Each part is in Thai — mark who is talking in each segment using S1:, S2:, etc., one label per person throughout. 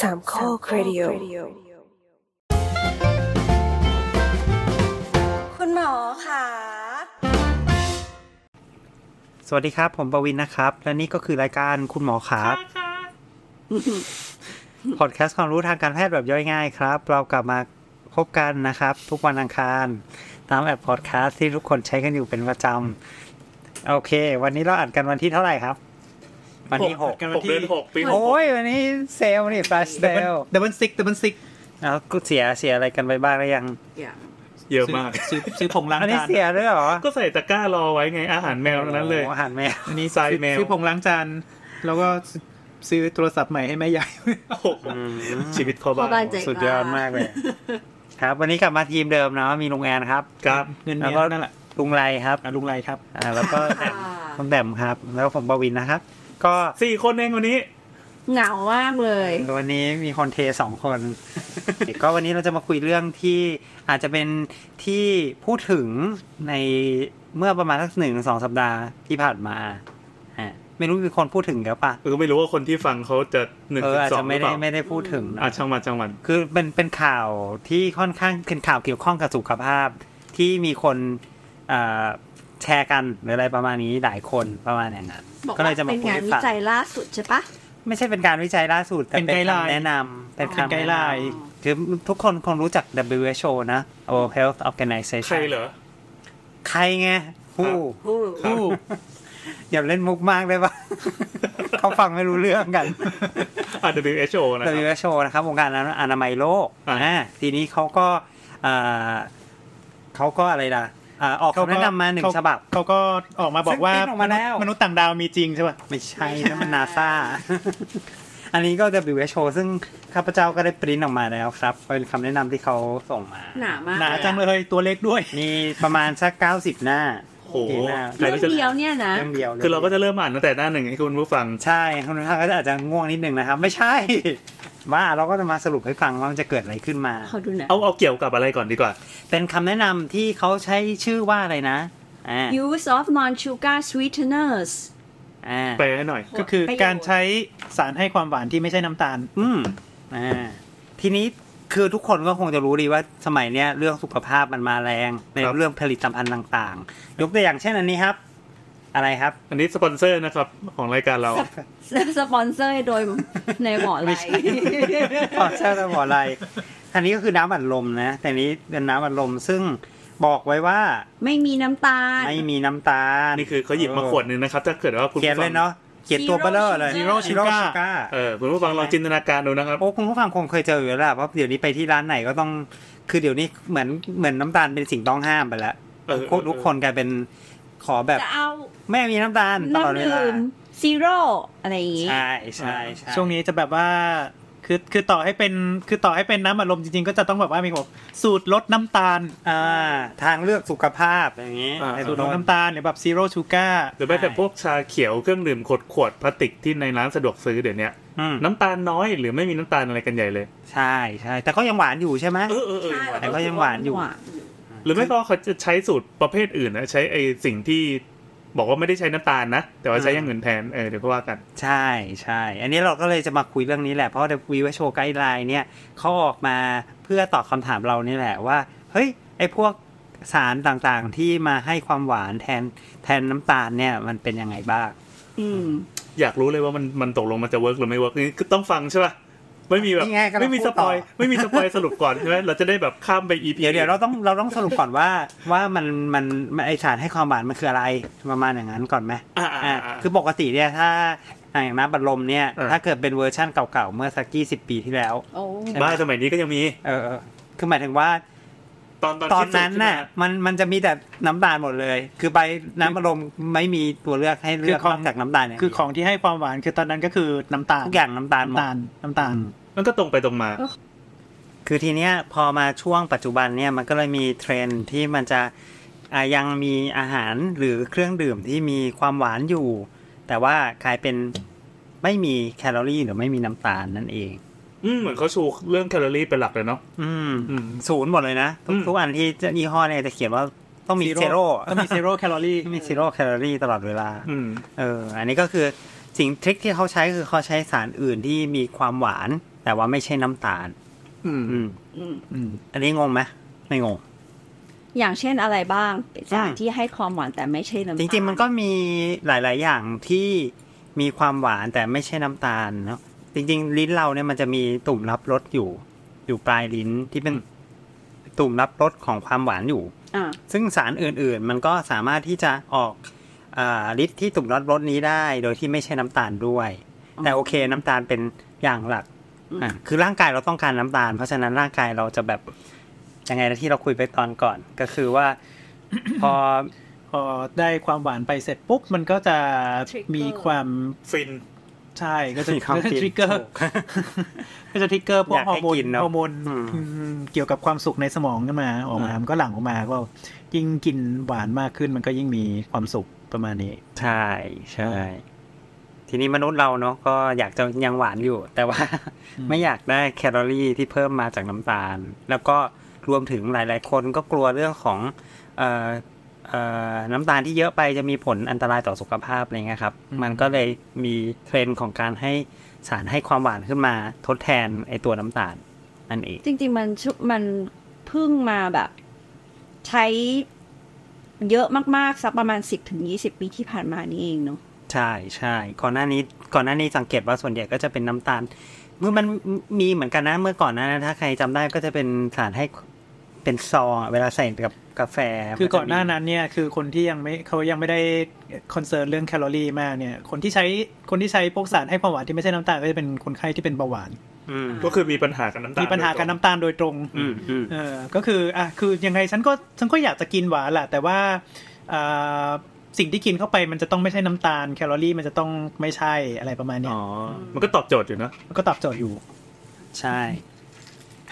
S1: สามข้อครดิโอ
S2: คุณหมอค่ะ
S3: สวัสดีครับ ผมประวินนะครับ และนี่ก็คือรายการคุณหมอครับพอดแคสต์ความรู้ทางการแพทย์แบบย่อยง่ายครับ เรากลับมาพบกันนะครับ ทุกวันอังคาร ตามแอปพอดแคสต์ที่ทุกคนใช้กันอยู่เป็นประจำโอเค วันนี้เราอัดกันวันที่เท่าไหร่ครับ วันที่หก
S4: หกเดือนหกปีหก
S3: โอ้ยวันนี้เซลลนี่ ฟลาชเซลล
S5: ดับเบิลซิกดับเบิลซิก
S3: แล้วกูเสียเสียอะไรกันไปบ้างหรือยัง
S4: เยอะมาก
S5: ซื้อซื้อผงล้าง
S3: อันนี้
S5: จาน
S3: เสียด้วยเหรอ
S4: ก็ใส่ตะกร้ารอไว้ไงอาหารแมวทั้งนั้นเลย
S3: โอ้โหอาหารแมว
S4: อันนี้ทรายแมว
S5: ซื้อผงล้างจานแล้วก็ซื้อโทรศัพท์ใหม่ให้แม่ยาย
S4: โอ้โห
S3: อืม
S4: ชีวิตเขาบ้า
S2: พ่อบ้าน
S4: น
S2: เจ๋ง
S3: สุดยอดมากเลย ครับ วันนี้กลับมาทีมเดิมเนาะมีลุงแอนครับ
S4: ครับ
S5: เงิน
S3: แล้ว
S5: เมี
S3: ย ก็
S5: นั่นแหละ
S3: ลุงไรครับ
S5: อ่ะลุงไรครับ
S3: อ่า แล้วก็แดมต้องแดมครับ แล้วผมบวินนะครับ ก็
S4: สี่คนเองวันนี้
S2: เหงามากเลย
S3: วันนี้มีคนเทสองคน ก็วันนี้เราจะมาคุยเรื่องที่อาจจะเป็นที่พูดถึงในเมื่อประมาณสักหนึ่งสองสัปดาห์ที่ผ่านมาอ่ะไม่รู้มีคนพูดถึงหรือเปล่า
S4: ก็ไม่รู้ว่าคนที่ฟังเขาจะหนึ่ง
S3: เอ
S4: ถึ
S3: อง อาจ
S4: สอ
S3: จะ
S4: งห
S3: ไม่
S4: รือ
S3: ได้
S4: เปล่า
S3: ไม่ได้พูดถึง
S4: อ่ะช่างมันช่างมัน
S3: คือเป็นเป็นข่าวที่ค่อนข้างเป็นข่าวเกี่ยวข้องกับสุขภาพ ที่มีคนอ่าแชร์กันหรืออะไรประมาณนี้หลายคนประมาณอย่างนั้น
S2: บอก
S3: ก็เล
S2: ว่าย
S3: จะมา
S2: เป็น
S3: พูด
S2: งาน
S3: ให้
S2: วิ
S3: ฟัง
S2: จัยล่าสุดใช่ปะ
S3: ไม่ใช่เป็นการวิจัยล่าสุดแต่
S5: เป็น
S3: เป็น
S5: ไกด์ไลน์
S3: คำแนะนำเป็น
S2: เป็น
S3: คำ
S5: ไกด์ไลน์
S3: แะำคือทุกคนคงรู้จัก WHO นะ World Health
S4: ใคร
S3: Organization
S4: เหรอ
S3: ใครไงผู้
S4: ครับ
S5: อู้
S3: อย่าเล่นมุกมากได้ปะ เขาฟังไม่รู้เรื่องกัน
S4: อ่ะ WHO นะครับ
S3: WHO นะครับองค์การอนามัยโลก
S4: อ่า
S3: อ่าทีนี้เขาก็อ่าเขาก็อะไรล่ะอ่าออกคำแนะนำมาหนึ่งฉบับ
S5: เขาก็ออกมาบอกว่า
S3: ซึ่งเป็นออกมาแล้ว
S5: มนุษย์ต่างดาวมีจริงใช่ป่ะ
S3: ไม่ใช่นะมันนาซา อันนี้ก็ WHO ซึ่งข้าพเจ้าก็ได้ปริ้นออกมาแล้วครับ เป็นคำแนะนำที่เขาส่งมา
S2: หนามาก
S5: หนาจังเลยตัวเล็กด้วย
S3: มีประมาณสัก 90 หน้า
S4: โอ้โห
S3: เจ๋งมาก
S4: ใคร
S2: เรื่อ
S4: ก็
S2: ง
S4: จะ
S2: เดียวเนี่ยนะ
S3: เรื่องเดียวลย
S4: คือเราก็จะเริ่มอ่านตั้งแต่หน้าหนึ่งให้คุณผู้ฟัง
S3: ใช่คุณผู้ชมก็อาจจะง่วงนิดนึงนะครับ ไม่ใช่ ว่าเราก็จะมาสรุปให้ฟังว่ามันจะเกิดอะไรขึ้นมา
S2: ขอดูหน่อย
S4: เอาเอาเกี่ยวกับอะไรก่อนดีกว่า
S3: เป็นคำแนะนำที่เขาใช้ชื่อว่าอะไรนะอ่า
S2: use of non sugar sweeteners
S3: อ่า
S4: ไปลให้หน่อย
S5: ก็คือการใช้สารให้ความหวานที่ไม่ใช่น้ำตาล
S3: อืม อ่า ทีนี้คือทุกคนก็คงจะรู้ดีว่าสมัยเนี้ยเรื่องสุขภาพมันมาแรง ใน
S4: ครับ
S3: เรื่องผลิตภัณฑ์ต่างๆ ยกตัวอย่างเช่นอันนี้ครับ อะไรครับ
S4: อันนี้สปอนเซอร์นะครับของรายการเรา
S2: สปอนเซอร์โดยในหมอไร
S3: พอเช่าสมออะไรอันนี้ก็คือน้ำอัดลมนะ แต่อันนี้เป็นน้ำอัดลมซึ่งบอกไว้ว่า
S2: ไม่มีน้ำตาล
S3: ไม่มีน้ำตาล
S4: อันนี้คือเขาหยิบมาขวดหนึ่งนะครับ ถ้าเกิดว่าคุณ
S3: เขียน
S4: ผู้
S3: เล
S4: ฟั
S3: ย
S4: ง
S3: เนาะ เขียนตัวเบลเลอร์เลย
S2: Zero
S5: Sugar
S3: Zero Sugar
S4: เออคุณผู้ฟังลองจินตนาการดูนะครับ
S3: โอ้คุณผู้ฟังคงเคยเจออยู่แล้วล่ะเพราะเดี๋ยวนี้ไปที่ร้านไหนก็ต้อง คือเดี๋ยวนี้เหมือนเหมือนน้ำตาลเป็นสิ่งต้องห้ามไปแล้ว
S4: เออ
S3: ทุกคนกลายเป็นขอแบบ
S2: จะเอา
S3: ไม่มีน้ำตาลตลอด
S2: น้ำ
S3: เวลา
S2: ดื่มซีโร่อะไรอย่างงี้
S3: ใช่ใช่ใช่
S5: ช่วงนี้จะแบบว่าคือคือต่อให้เป็นคือต่อให้เป็นน้ำอัดลมจริงๆ ก็จะต้องแบบว่ามีบอกสูตรลดน้ำตาล
S3: อ่าทางเลือกสุขภาพอย่างนี้
S4: อ่า
S3: ไอ้
S5: สู
S3: ตัว
S5: ตรลด
S3: น้
S5: น้ำตาลหรือแบบซีโร่ชูการ์
S4: หรือไม่แต่พวกชาเขียวเครื่องดื่มขวดขวดพลาสติกที่ในร้านสะดวกซื้อเดี๋ยวเนี้ย
S3: ำอืม
S4: น้ำตาลน้อยหรือไม่มีน้ำตาลอะไรกันใหญ่เลย
S3: ใช่ใช่แต่ก็ยังหวานอยู่ใช่ไหม
S4: เออเออเออ
S3: แต่ก็ยังหวานอยู่
S4: หรือไม่ก็เขาจะใช้สูตรประเภทอื่นนะใช้ไอสิ่งที่บอกว่าไม่ได้ใช้น้ำตาลนะ แต่ว่าใช้อย่างอื่นแทนเออเดี๋ยวก็ว่ากัน
S3: ใช่ใช่ อันนี้เราก็เลยจะมาคุยเรื่องนี้แหละ เพราะเดวีวโชไกด์ไลน์เนี่ยเขาออกมาเพื่อตอบคำถามเรานี่แหละว่า เฮ้ย ไอ้พวกสารต่างๆที่มาให้ความหวานแทนแทนน้ำตาลเนี่ยมันเป็นยังไงบ้าง
S2: อืม
S4: อยากรู้เลยว่ามันมันตกลงมันจะเวิร์กหรือไม่เวิร์กนี่คือต้องฟังใช่ป่ะไม่มีแบบ
S3: นี่ไงกำลัง
S4: ไม่มี
S3: พู
S4: ส
S3: ดต่
S4: ป
S3: อ
S4: อยไม่มีสปอยสรุปก่อนใช่ไหมเราจะได้แบบข้ามไปอีพี
S3: เดี๋ยวเดี๋ยวเราต้องเราต้องสรุปก่อนว่าว่ามันมันมันไอสารให้ความหวานมันคืออะไรประมาณอย่างนั้นก่อนไหม
S4: อ่าอ่า
S3: อ่ะ
S4: อ่า
S3: คือปกติเนี่ยถ้าอ่ะอย่างน้ำบัดลมเนี่ย
S4: เออ
S3: ถ้าเกิดเป็นเวอร์ชั่นเก่าๆ เมื่อสักกี่สิบปีที่แล้ว
S2: โอ้
S4: บ้านสมัยนี้ก็ยังมี
S3: เออเออคือหมายถึงว่า
S4: ตอนตอน
S3: ตอน
S4: ที่สุด
S3: นั้นน่ะ
S4: ขึ้มา
S3: มันมันจะมีแต่น้ำตาลหมดเลย คือไปน้ำบัดลมไม่มีตัวเลือกให้เลือก
S5: คือของ
S3: นอกจากน้ำตาลเนี่ย
S5: คือของที่ให้ความหวานคือตอนนั้นก็คือน้ำตาล
S3: ทุกอย่างน้ำตาลหมด
S5: น้ำตาลน้ำตาล
S4: มันก็ตรงไปตรงมา
S3: คือทีเนี้ยพอมาช่วงปัจจุบันเนี่ยมันก็เลยมีเทรนด์ที่มันจะอ่ะยังมีอาหารหรือเครื่องดื่มที่มีความหวานอยู่ แต่ว่ากลายเป็นไม่มีแคลอรี่หรือไม่มีน้ำตาลนั่นเอง
S4: อืมเหมือนเขาชูเรื่องแคลอรี่เป็นหลักเลยเนาะ
S3: อืม
S4: อืม
S3: ศูนย์หมดเลยนะ ทุ
S4: อื
S3: ก
S4: ม
S3: ทุกอันที่จะยี่ห้อเนี่ยจะเขียนว่าต้องมี
S5: Zero
S3: เซโร่
S5: ก็มีซีโร่แคลอรี่
S3: ไม่มีเซโร่แคลอรี่ตลอดเวลา
S4: อืม
S3: เออ อันนี้ก็คือสิ่งทริคที่เขาใช้คือเขาใช้สารอื่นที่มีความหวาน แ แต่ว่าไม่ใช่น้ำตาล
S4: อืม
S3: อืม
S2: อืม
S5: อืม
S3: อันนี้งงไหมไม่งง
S2: อย่างเช่นอะไรบ้างเป็นสาร
S3: อืม
S2: ที่ให้ความหวานแต่ไม่ใช่น้ำตาล
S3: จริงๆมันก็มีหลาย ๆ อย่างที่มีความหวานแต่ไม่ใช่น้ำตาลเนาะจริง ๆ ลิ้นเราเนี่ยมันจะมีตุ่มรับรสอยู่ อยู่ปลายลิ้นที่เป็นตุ่มรับรสของความหวานอยู่
S2: อ่ะ
S3: ซึ่งสารอื่น ๆ มันก็สามารถที่จะออกอาฤทธิ์ที่ตุ่มรับรสนี้ได้ โดยที่ไม่ใช่น้ำตาลด้วย แต่โอเคน้ำตาลเป็นอย่างหลักอ่ะคือร่างกายเราต้องการน้ำตาล เพราะฉะนั้นร่างกายเราจะแบบยังไงนะที่เราคุยไปตอนก่อน ก็คือ ว่า พอ
S5: พอได้ความหวานไปเสร็จปุ๊บ มันก็จะมีความ
S4: ฟิน
S5: ใช่ก็จะ
S3: มีความ
S5: ก็จะ
S3: ฟิน
S5: ทริกเกอ ร์
S3: ถูก
S5: ก็จะทริกเกอร์พว
S3: อก ยาก
S5: ฮอ
S3: ให้
S5: ร์โมน
S3: กินเนอะ
S5: ฮอร์โมน
S3: อืม
S5: อืมเกี่ยวกับความสุขในสมองขึ้นมาออกมา
S3: อืม
S5: มันก็หลั่งออกมาก็ยิ่งกินหวานมากขึ้นมันก็ยิ่งมีความสุขประมาณนี้
S3: ใช่ใช่ ทีนี้มนุษย์เราเนาะก็อยากจะยังหวานอยู่ แต่ว่า
S5: อืม
S3: ไม่อยากได้แคลอรี่ที่เพิ่มมาจากน้ำตาล แล้วก็รวมถึงหลาย ๆ คนก็กลัวเรื่องของเอ่อเอ่อน้ำตาลที่เยอะไปจะมีผลอันตรายต่อสุขภาพอะไรเงี้ยครับ มันก็เลยมีเทรนด์ของการให้สารให้ความหวานขึ้นมาทดแทนไอตัวน้ำตาลนั่นเอง
S2: จริง ๆ มันชุมันเพิ่งมาแบบ ใช้เยอะมากๆสักประมาณ 10ถึง20 ปีที่ผ่านมานี่เองเนาะ
S3: ใช่ใช่ก่อนหน้านี้ก่อนหน้านี้สังเกตว่าส่วนใหญ่ก็จะเป็นน้ำตาลเมื่อมันมีเหมือนกันนะเมื่อก่อนหนานะถ้าใครจำได้ก็จะเป็นสารให้เป็นซองอะเวลาใส่กับกาแฟ
S5: คือก่อนหน้านั้นเนี่ยคือคนที่ยังไม่เขายังไม่ได้คอนเซิร์นเรื่องแคลอรี่มากเนี่ย คนที่ใช้คนที่ใช้พวกสารให้ความหวานที่ไม่ใช่น้ำตาลก็จะเป็นคนไข้ที่เป็นเบาหวาน
S3: อืม
S4: ก็คือมีปัญหากับน้ำตาล
S5: มีปัญหากับน้ำตาลโดยตรง
S3: อืมอืม
S5: เออก็คืออ่ะคือยังไงฉันก็ฉันก็อยากจะกินหวานแหละแต่ว่าอ่าสิ่งที่กินเข้าไปมันจะต้องไม่ใช่น้ำตาลแคลอรี่มันจะต้องไม่ใช่อะไรประมาณเนี้ย
S3: อ๋อ
S4: มันก็ตอบโจทย์อยู่นะ
S5: มันก็ตอบโจทย์อยู่
S3: ใช่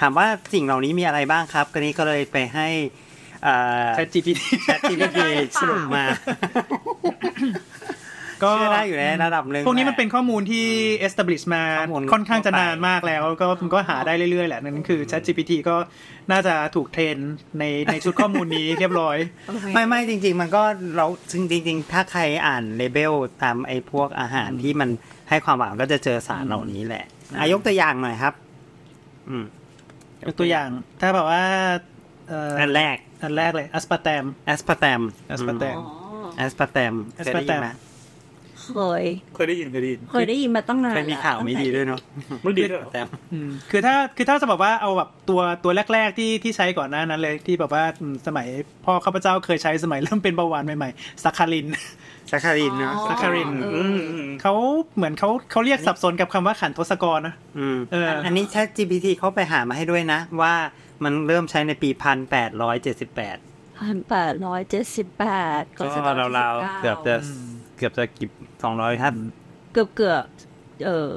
S3: ถามว่าสิ่งเหล่านี้มีอะไรบ้างครับก็นี้ก็เลยไปให้อ่า
S5: ChatGPT
S3: ChatGPT สรุปมา
S5: ก็
S3: เชื่อได้อยู่ในระดับหนึ่ง
S5: พวกนี้มันเป็นข้อมูลที่ establish มา
S3: ข้อมูล
S5: ค่อนข้างจะนาน
S3: ทั่วไป
S5: มากแล้ว ก็มันก็หาได้เรื่อยๆแหละนั่นคือ ChatGPT ก็น่าจะถูกเทรนในในชุดข้อมูลนี้เรียบร้อย
S3: ไม่ไม่จริง ๆ มันก็เราซึ่งจริง ๆ ถ้าใครอ่านเลเบลตามไอ้พวกอาหารที่มันให้ความหวานก็จะเจอสารเหล่านี้แหละอายกตัวอย่างหน่อยครับ อืม
S5: ยกตัวอย่างถ้าแบบว่าเอ่ออ
S3: อันแรก
S5: อันแรกเลยอัสปาร์แตม
S3: แอสปาร์แตม
S5: aspartame
S3: แอสปาร์แตม
S5: aspartame
S2: เคย
S4: เคยได้ยินเคยได้ยิน
S2: เคยได้ยินมาตั้งนาน
S3: เคยมีข่าวไม่ดีด้วยเนาะ
S4: มันดีด้วยเหรอ
S3: แต่
S5: อืมคือถ้าคือถ้าจะบอกว่าเอาแบบตัวตัวแรก ๆ ที่ที่ใช้ก่อนหน้านั้นเลยที่แบบว่าอืมสมัยพ่อข้าพเจ้าเคยใช้สมัยเริ่มเป็นเบาหวานใหม่ๆสักคาริน
S3: ซักคารินเนาะ
S5: สักคาริน
S2: เอ
S4: อื
S2: อ
S4: มอืม
S5: เขาเหมือนเขาเขาเรียกสับสนกับคำว่าขันทศกรนะ
S3: อืม
S5: เออ
S3: อันนี้ Chat GPT เขาไปหามาให้ด้วยนะ ว่ามันเริ่มใช้ในปีพันแปดร้อยเจ็ดสิบแปด
S2: พันแปดร้อยเจ็ดสิบแปด
S3: ก็ราวๆเกือบจะเกือบจะกี่สองร้อยท่าน
S2: เกือบเกือบเออ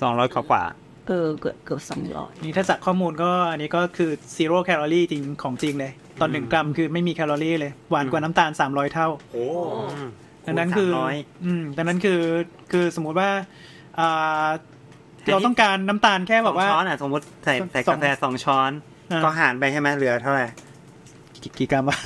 S3: สองร้อยกว่าๆ
S2: เออเกือบเกือบสองร้อย
S5: นี่ถ้าจากข้อมูลก็อันนี้ก็คือซีโร่แคลอรี่จริงของจริงเลย ตอนหนึ่งกรัมคือไม่มีแคลอรี่เลยหวานกว่าน้ำตาล 300 เท่า
S4: โอ้
S5: ดังนั้นคือ
S3: สามร้อย
S5: อืมดังนั้นคือคือสมมุติว่าอ่าเราต้องการน้ำตาลแค่
S3: ส
S5: แบ
S3: อง
S5: บว่า
S3: ช้อนอ่ะสมมติใส่
S5: สอง
S3: ใส่กาแฟสองช้อน
S5: อ่า
S3: ก็หารไปใช่ไหมเหลือเท่าไหร่
S5: กี่กี่กรัมวะ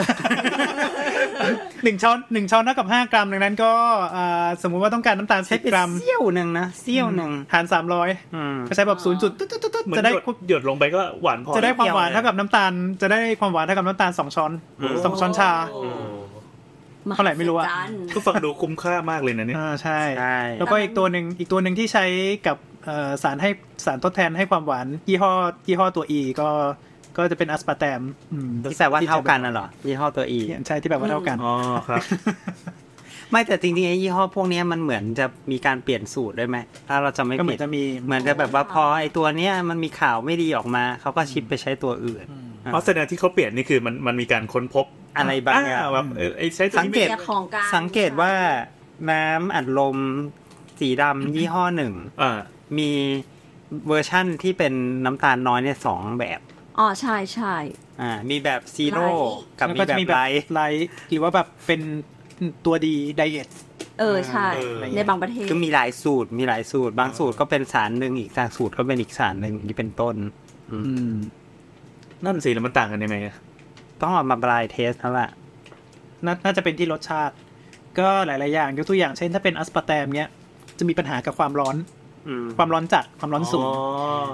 S5: หนึ่งช้อนหนึ่งช้อนเท่ากับห้ากรัมดังนั้นก็อ่าสมมุติว่าต้องการน้ำตาล
S3: ใช้
S5: สิบ
S3: เป็น
S5: กรัม
S3: เสี้ยวหนึ่งนะเสี้ยวหนึ่ง
S5: หารสามร้อย
S3: อืม
S5: ก็ใช้แบบศูนย์จุดตุ๊ดตุ๊ดตุ๊ดตุ๊ด
S4: เหมือน
S5: จะได้
S4: หยดหยดลงไปก็หวานพอ
S5: จะได้ความ
S3: เกี่ยว
S5: หวาน
S3: เลย
S5: เท่ากับน้ำตาล จะได้ความหวานเท่ากับน้ำตาลสองช้อน
S3: อืม
S5: สองช้อนชา
S4: โอ้
S5: เท่าไหร่ไม่รู้อะ
S2: หัศจย์
S4: ก็ฟังดูคุ้มค่ามากเลยนะเนี่ย
S5: อ่าใช่
S3: ใช่
S5: แล้วก็อีกตัวหนึ่งอีกตัวหนึ่งที่ใช้กับเอ่อสารให้สารทดแทนให้ความหวานยี่ห้อยี่ห้อตัว E ก็ก็จะเป็นอัสปาร์แตมอืม
S3: ที่แปลว่าเท่ากันน่ะเหรอยี่ห้อตัวอี
S5: ที่ใช่ที่แบบว่าเท่ากัน
S4: อ๋อครับ
S3: ไม่แต่จริงๆไอ้ยี่ห้อพวกเนี้ยมันเหมือนจะมีการเปลี่ยนสูตรด้วยไหมถ้าเราจะไม่
S5: ก็เหมื
S3: ผิ
S5: อ
S3: ด
S5: นจะมี
S3: เหมือนจะแบบว่าพอไอ้ตัวเนี้ยมันมีข่าวไม่ดีออกมาเขาก็ชิปไปใช้ตัวอื่น
S4: เพราะแสดงที่เขาเปลี่ยนนี่คือมันมันมีการค้นพบ
S3: อะไรบางอย่าง
S4: แบบเออไอ้ใช้ตัว
S3: สัง
S4: นี้
S3: เก
S4: ไม่
S3: ต
S2: เสียของกลาง
S3: สังเกตว่าน้ำอัดลมสีดำยี่ห้อหนึ่ง
S4: อ่า
S3: มีเวอร์ชั่นที่เป็นน้ำตาลน้อยเนี่ยสองแบบ
S2: อ๋อใช่ใช่
S3: อ่า มีแบบซีโร่
S2: ไลท์
S3: กับมี
S5: ล้ว
S3: แบ
S5: จะ
S3: บไลท์
S5: ไลท์หรือว่าแบบเป็นตัวดีไดเอท
S2: เออใช่
S4: เออ
S2: ในบางประเทศ
S3: คือมีหลายสูตร มีหลายสูตร บางสูตรก็เป็นสารหนึ่งอีกสารสูตรก็เป็นอีกสารหนึ่งอย่างนี่เป็นต้น
S4: นั่นสิแล้วมันต่างกันยังไงอะ
S3: ต้องเออกมาบลายเทสแล้วล่ะ
S5: นาน่าจะเป็นที่รสชาติ ก็หลาย ๆ อย่างยกตัวอย่างเช่นถ้าเป็นอัสปาร์แตมเนี้ย จะมีปัญหากับความร้อน
S3: อืม
S5: ความร้อนจัดความร้อนสูง
S3: อ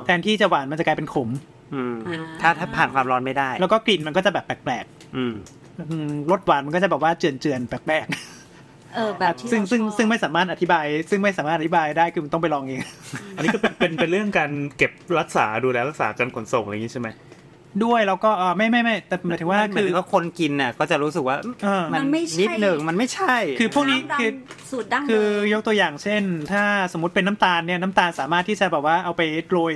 S5: แทนที่จะหวานมันจะกลายเป็นขม
S3: อืม
S2: อ่า
S3: ถ้าถ้าผ่านความร้อนไม่ได้
S5: แล้วก็กลิ่นมันก็จะแบบแปลก
S3: อืม
S5: ๆอืมรสหวานมันก็จะแบบว่าเจือนๆแปลก
S2: เออแบบที่
S5: ๆซึ่ง
S2: เรา
S5: ซึ่ง
S2: ชอบ
S5: ซึ่งไม่สามารถอธิบาย ซึ่งไม่สามารถอธิบายได้คือมันต้องไปลองเอง
S4: อันนี้ก็เป็นเป็นเป็นเรื่องการเก็บรักษาดูแลรักษาการขนส่งอะไรอย่างนี้ใช่ไหม
S5: ด้วยแล้วก็เออไม่ไม่ไม่แต่หมายถึงว่า
S3: เหมื
S5: คื
S3: อน
S5: อ
S3: ก็คนกินน่ะก็จะรู้สึกว่า
S5: เออ
S3: มันนิดหนึ่งมันไม่ใช่
S5: คือพวกนี้
S2: น้ำดำ
S5: คือ
S2: สูตรดั้ง
S5: คื
S2: เดิ
S5: อ
S2: ม
S5: ยกตัวอย่างเช่น ถ้าสมมติเป็นน้ำตาลเนี่ยน้ำตาลสามารถที่จะแบบว่าเอาไปโรย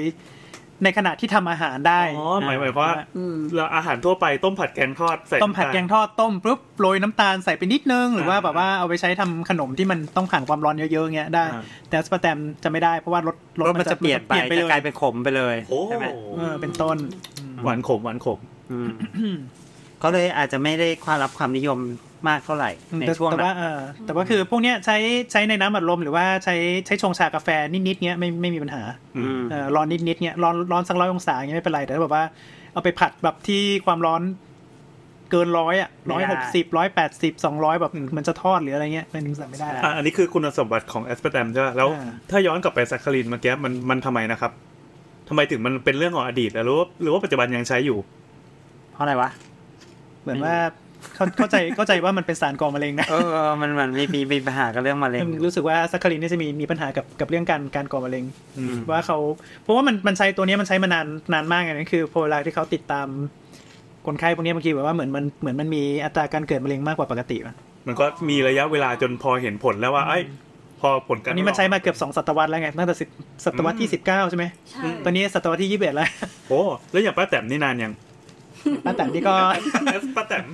S5: ในขณะที่ทำอาหารได้
S4: อ๋อหมายหมายความว่า
S2: อืม
S4: เราอาหารทั่วไปต้มผัดแกงทอดใส่
S5: ต้มผัดแกงทอดต้มปุ๊บโรยน้ำตาลใส่ไปนิดนึง หรือว่าแบบว่าเอาไปใช้ทำขนมที่มันต้องผ่านความร้อนเยอะๆเงี้ยได้ แต่สปาแตมจะไม่ได้เพราะว่ารส
S3: รสมันจะเปลี่ยนไป
S5: เล
S3: จะ
S5: ย
S3: กลายเป็นขมไปเลย
S4: โอ้
S3: ใช่ไหม
S5: เออเป็นต้น
S4: หวานขมหวานขม
S3: อืมก็เลยอาจจะไม่ได้ความรับความนิยมมากเท่าไหร่ ใน
S5: แต่
S3: ช่วง
S5: แต่ว่า
S3: นั้น
S5: เออแต่ว่าคือพวกเนี้ยใช้ใช้ในน้ำอัดลมหรือว่าใช้ใช้ชงชากาแฟนิดๆเงี้ยไม่ไม่มีปัญหา
S3: อืม
S5: เออร้อนนิดๆเงี้ยร้อนร้อนสักร้อยองศาเงี้ยไม่เป็นไรแต่ถ้าแบบว่าเอาไปผัดแบบที่ความร้อนเกินร้อยอ่ะร้อยหกสิบร้อยแปดสิบสองร้อยแบบมันจะทอดหรืออะไรเงี้ยมันยังสั่งไม่ได้ละ
S4: อ่ะอันนี้คือคุณสมบัติของแอสเปอร์แตมใช่ป่ะ แล้ว
S5: อ่า
S4: ถ้าย้อนกลับไปซัคคารินเมื่อกี้มันมันทำไมนะครับทำไมถึงมันเป็นเรื่องของอดีตแล้วหรือว่าหรือว่าปัจจุบันยังใช้อยู่
S3: เพราะอะไรวะ
S5: เหมือนว่าเข้าเข้าใจเข้าใจว่ามันเป็นสารก่อมะเร็งนะ
S3: เออเออมันมันมีมีมีปัญหากับเรื่องมะเร็ง
S5: รู้สึกว่าซัคคารินเนี่ยจะมีมีปัญหากับกับเรื่องการการก่อมะเร็ง
S4: อืม
S5: ว่าเขาเพราะว่ามันมันใช้ตัวเนี้ยมันใช้มานานนานมากเลยนะคือพอเวลาที่เขาติดตามคนไข้พวกเนี้ยบางทีแบบว่าเหมือนมันเหมือนมันมีอัตราการเกิดมะเร็งมากกว่าปกติอะ
S4: มันก็มีระยะเวลาจนพอเห็นผลแล้วว่าไอ้ยพอผลกา
S5: อั
S4: ร
S5: นนี้มันใช้มาเกือบสองศตวรรษแล้วไงตั้งแต่สิบศตวรรษที่สิบเก้าใช่ไหม
S2: ใช่
S5: ตอนนี้ศตวรรษที่ยี่สิบเอ็ดแล้ว
S4: โอ้แล้วอย่างป้าแตมนี่นานยัง
S5: ป้าแตนนี่ก็
S4: แอสป้าแตม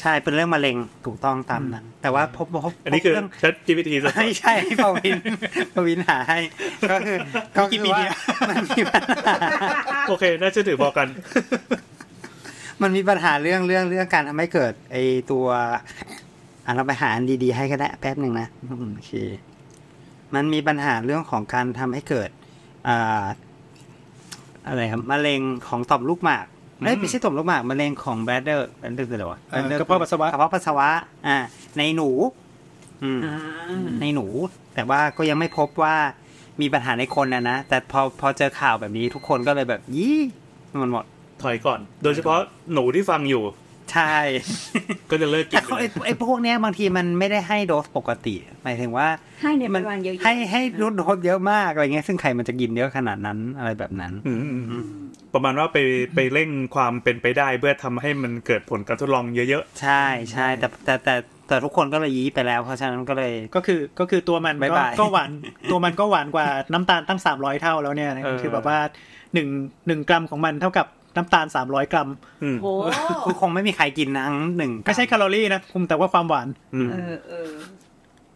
S3: ใช่เป็นเรื่องมะเร็งถูกต้องตามนั้น แต่ว่าพบพบ
S4: อันนี้คือ
S3: เรื่อง
S4: Chat GPT สดๆ
S3: ไม่ใช่ให้ปวิน ปวินหาให้ ก็คือก็คือว่ามันมีปัญหา
S4: โอเค น่าเชื่อถือพอกัน
S3: มันมีปัญหาเรื่องเรื่องเรื่องการทำให้เกิดไอตัวอ่ะเราไปหาอันดีๆให้ก็ได้แป๊บหนึ่งนะอืมโอเคมันมีปัญหาเรื่องของการทำให้เกิดอ่าอะไรครับมะเร็งของต่อมลูกหมากเอ้ย
S4: อืม
S3: ไม่ใช่ต่อมลูกหมากมะเร็งของแบดเดอร์แบดเดอร์คืออะไรวะ
S5: เอ่อกระเพาะปัสสาวะ
S3: กระเพาะปัสสาวะ อ่า ในหนู อืม
S2: อ่า
S3: ในหนู แต่ว่าก็ยังไม่พบว่ามีปัญหาในคนนะนะแต่พอพอเจอข่าวแบบนี้ทุกคนก็เลยแบบยี่มันหมด
S4: ถอยก่อน โดยเฉพาะหนูที่ฟังอยู่
S3: ใช่
S4: ก็จะเลิกกิ
S3: แต่
S4: น
S3: เขาไอ้ไอ้พวกเนี้ยบางทีมันไม่ได้ให้โดสปกติ หมายถึงว่า
S2: ให้ในป
S3: มั
S2: ริมาณเยอะๆ
S3: ให้ให้โดสโดสเยอะมากอะไรเงี้ยซึ่งใครมันจะกินเยอะขนาดนั้นอะไรแบบนั้น
S4: อืมอืมอืมประมาณว่าไปไปเร่งความเป็นไปได้เพื่อทำให้มันเกิดผลการทดลองเยอะๆ
S3: ใช่ใช่แต่แต่แต่แต่ทุกคนก็เลยยี้ไปแล้ว เพราะฉะนั้นก็เลย
S5: ก็คือก็คือตัวมัน
S3: บ๊าย
S5: ก็
S3: บาย
S5: ก็หวานตัวมันก็หวานกว่าน้ำตาลตั้งสามร้อยเท่าแล้วเนี่ยนะ
S3: เออ
S5: คือแบบว่าหนึ่งหนึ่งกรัมของมันเท่ากับน้ำตาลสามร้อยกรัม
S4: อืม
S2: โอ้
S3: คือคงไม่มีใครกินทั้งหนึ่ง
S5: ไม่ใช่แคลอรี่นะคุมแต่ว่าความหวาน
S4: อืม
S2: เออเออ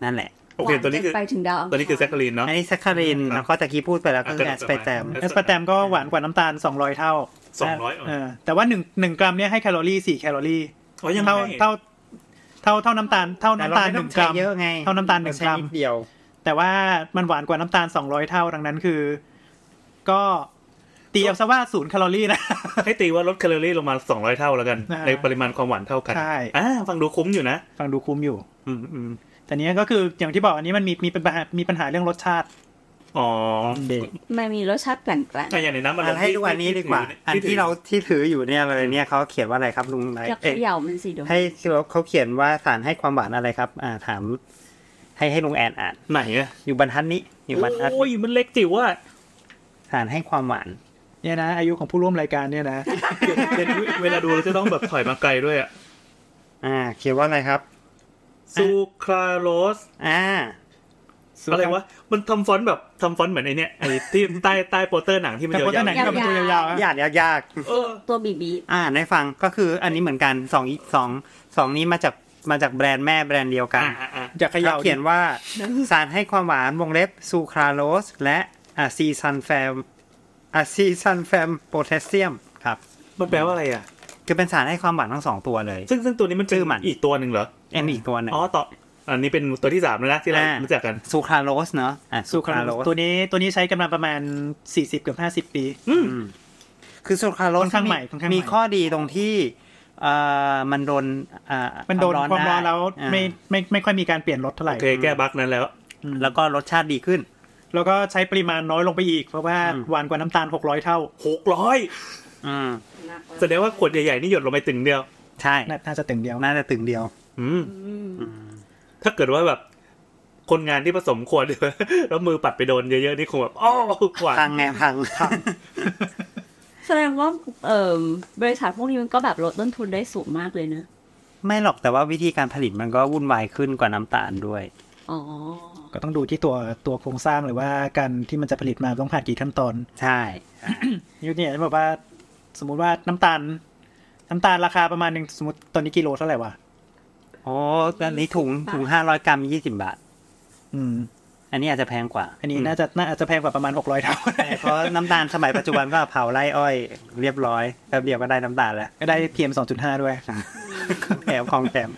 S3: นั่นแหละ
S4: โอเค ตัวนี้คือ
S2: หาเกิไปถึงดาว
S4: ตัวนี้คือแซคคารินเนาะ
S3: อันนี้ซัคคารินแล้วก็ตะกี้พูดไปแล้วก็คือแอสไปแตม
S5: แอสปาร์แตมก็หวานกว่าน้ำตาล 200 เท่า
S4: สองร้อย
S5: เออแต่ว่า1 1กรัมเนี่ยให้แคลอรี่ 4 แคลอรี่
S4: อ๋อยัง
S5: เท่า
S4: ไง
S5: เท่าเท่าเท่าน้ำตาลเท่า
S3: แต่เร
S5: น้ำตาล
S3: ไม่ต้อ
S5: หนึ่งกรัม
S3: ใช้เยอะไง
S5: เท่าน้ำตาลหนึ่ง
S3: เใช้
S5: กรัม
S3: นิดเดียว
S5: แต่ว่ามันหวานกว่าน้ำตาล 200 เท่าดังนั้นคือ ก็ตีเอาซะว่าศูนย์แคลอรี่นะ
S4: ให้ตีว่าลดแคลอรี่ลงมา 200 เท่าแล้วกัน
S5: อ่า
S4: ในปริมาณความหวานเท่ากัน
S5: ใช่
S4: อ่าฟังดูคุ้มอยู่นะ
S5: ฟังดูคุ้มอยู่
S4: อืมอืม
S5: แต่เนี้ยก็คืออย่างที่บอกอันนี้มันมีมีปัญหามีปัญหาเรื่องรสชาติ
S4: อ๋อ
S5: เด็ก
S2: มันมีรสชาติแปลก
S4: อ่ะอย่างในน้ำมัน
S3: อันให้ดูอันนี้ดีกว่า อันที่เราที่ถืออยู่เนี่ยเลยเนี่ยเขาเขียนว่าอะไรครับลุงไร
S2: ๆจะเข
S3: เอ๊ะ
S2: ย่ามันสิเดี๋ยว
S3: ให้เขาเขียนว่าสารให้ความหวานอะไรครับ อ่าถาม ให้ให้ลุงแอนอ่าน
S4: ไหนอะ
S3: อยู่บรรทัดนี้ อยู่บรรทัด
S4: โอ้ยมันเล็กจิ๋วว่า
S3: สารให้ความหวาน
S5: เนี่ยนะ อายุของผู้ร่วมรายการเนี่ย นะ
S4: เวลาดูเราจะต้องแบบถอยมาไกลด้วยอะ
S3: อ่า เขียนว่าอะไรครับ
S4: ซูคราโรส
S3: อ่า
S4: อะไรวะมันทำฟอนต์แบบทำฟอนต์เหมือนไอเนี้ยไอที่ ใต้ใต้โปสเตอร์หนังที่มัน
S5: แต่
S4: ยาว
S5: คนที่ไหนก็เป็นตัวยาวๆนะ
S3: ยากยากยาก
S4: ๆเออ
S2: ตัวบีบี
S3: อ่านให้ฟังก็คืออันนี้เหมือนกันสองสองสองนี้มาจากมาจากแบรนด์แม่แบรนด์เดียวกัน
S4: อ่ะอ่ะอ่ะ
S5: อย่าเข
S3: เขา
S5: ย่าดิ
S3: เขียนว่าสารให้ความหวานวงเล็บซูคราโลสและอะซีซันแฟมอะซีซันแฟมโพแทสเซียมครับ
S4: มันแปลว่าอะไรอะ
S3: คือเป็นสารให้ความหวานทั้งสองตัวเลย
S4: ซึ่งซึ่งตัวนี้มันเป็
S3: ชื่อมัน
S4: อีกตัวหนึ่งเหรอ
S3: เอ็นอีกตัวหนึง
S4: อ๋อต่ออันนี้เป็นตัวที่สามแล้วนะที่เรา
S3: อ่า
S4: รู้จักกัน
S3: ซูคราโลสเนาะอ่ะ
S5: สูคราโลตัวนี้ตัวนี้ใช้กันมาประมาณ 40เกือบ50 ปี
S3: อืมคือซูคราโลส
S5: ค่อนข้างใหม่ค่อนข้างใหม่
S3: มีข้อดีตรงที่เอ่อมันโดนเอ่อ
S5: มันโดนความร้
S3: ได้
S5: อนแล้ว
S3: อ่า
S5: ไม่ไม่ไม่ค่อยมีการเปลี่ยนรสเท่าไหร่
S4: โอเคแก้บั๊กนั้นแล้ว
S5: อืม
S3: แล้วก็รสชาติดีขึ้น
S5: แล้วก็ใช้ปริมาณน้อยลงไปอีก เพราะว่า
S3: อืม
S5: หวานกว่าน้ำตาล 600 เท่า
S4: หกร้อย
S3: อืม
S4: แสดงว่าขวดใหญ่ๆนี่หยดลงไปตึงเดียว
S3: ใช่
S5: น่าน่าจะตึงเดียว
S3: น่าจะถึงเดียว
S4: อืม
S2: อืม
S4: ถ้าเกิดว่าแบบคนงานที่ผสมขวด แล้วมือปัดไปโดนเยอะๆ นี่คงแบบอ้อหวา
S3: พั
S4: น
S3: งไงพัง
S2: แสดงว่าเอ่อบริษัทพวกนี้มันก็แบบลดต้นทุนได้สูงมากเลยนะ
S3: ไม่หรอกแต่ว่าวิธีการผลิตมันก็วุ่นวายขึ้นกว่าน้ำตาลด้วย
S2: อ๋อ
S5: ก็ต้องดูที่ตัวตัวโครงสร้างหรือว่าการที่มันจะผลิตมาต้องผ่านกี่ขั้นตอน
S3: ใช่
S5: นี่เนี่ยบอกว่า สมมุติว่าน้ำตาล น้ำตาลราคาประมาณหนึ่งสมมติตอนนี้กิโลเท่าไหร่วะ
S3: โอ้อันนี้ถุง
S2: บาท
S3: ถุงห้าร้อยกรัมยี่สิบาท
S5: อืม
S3: อันนี้อาจจะแพงกว่า
S5: อันนี้
S3: ม
S5: น่าจะน่าอาจจะแพงกว่าประมาณ 600 เท่า
S3: เพราะน้ำตาลสมัยปัจจุบันก็เผาไร่อ้อยเรียบร้อยแป๊บเดียวก็ได้น้ำตาลแล้ว
S5: ก็ได้เพียม2.5 ด้วย
S3: แถมของแถม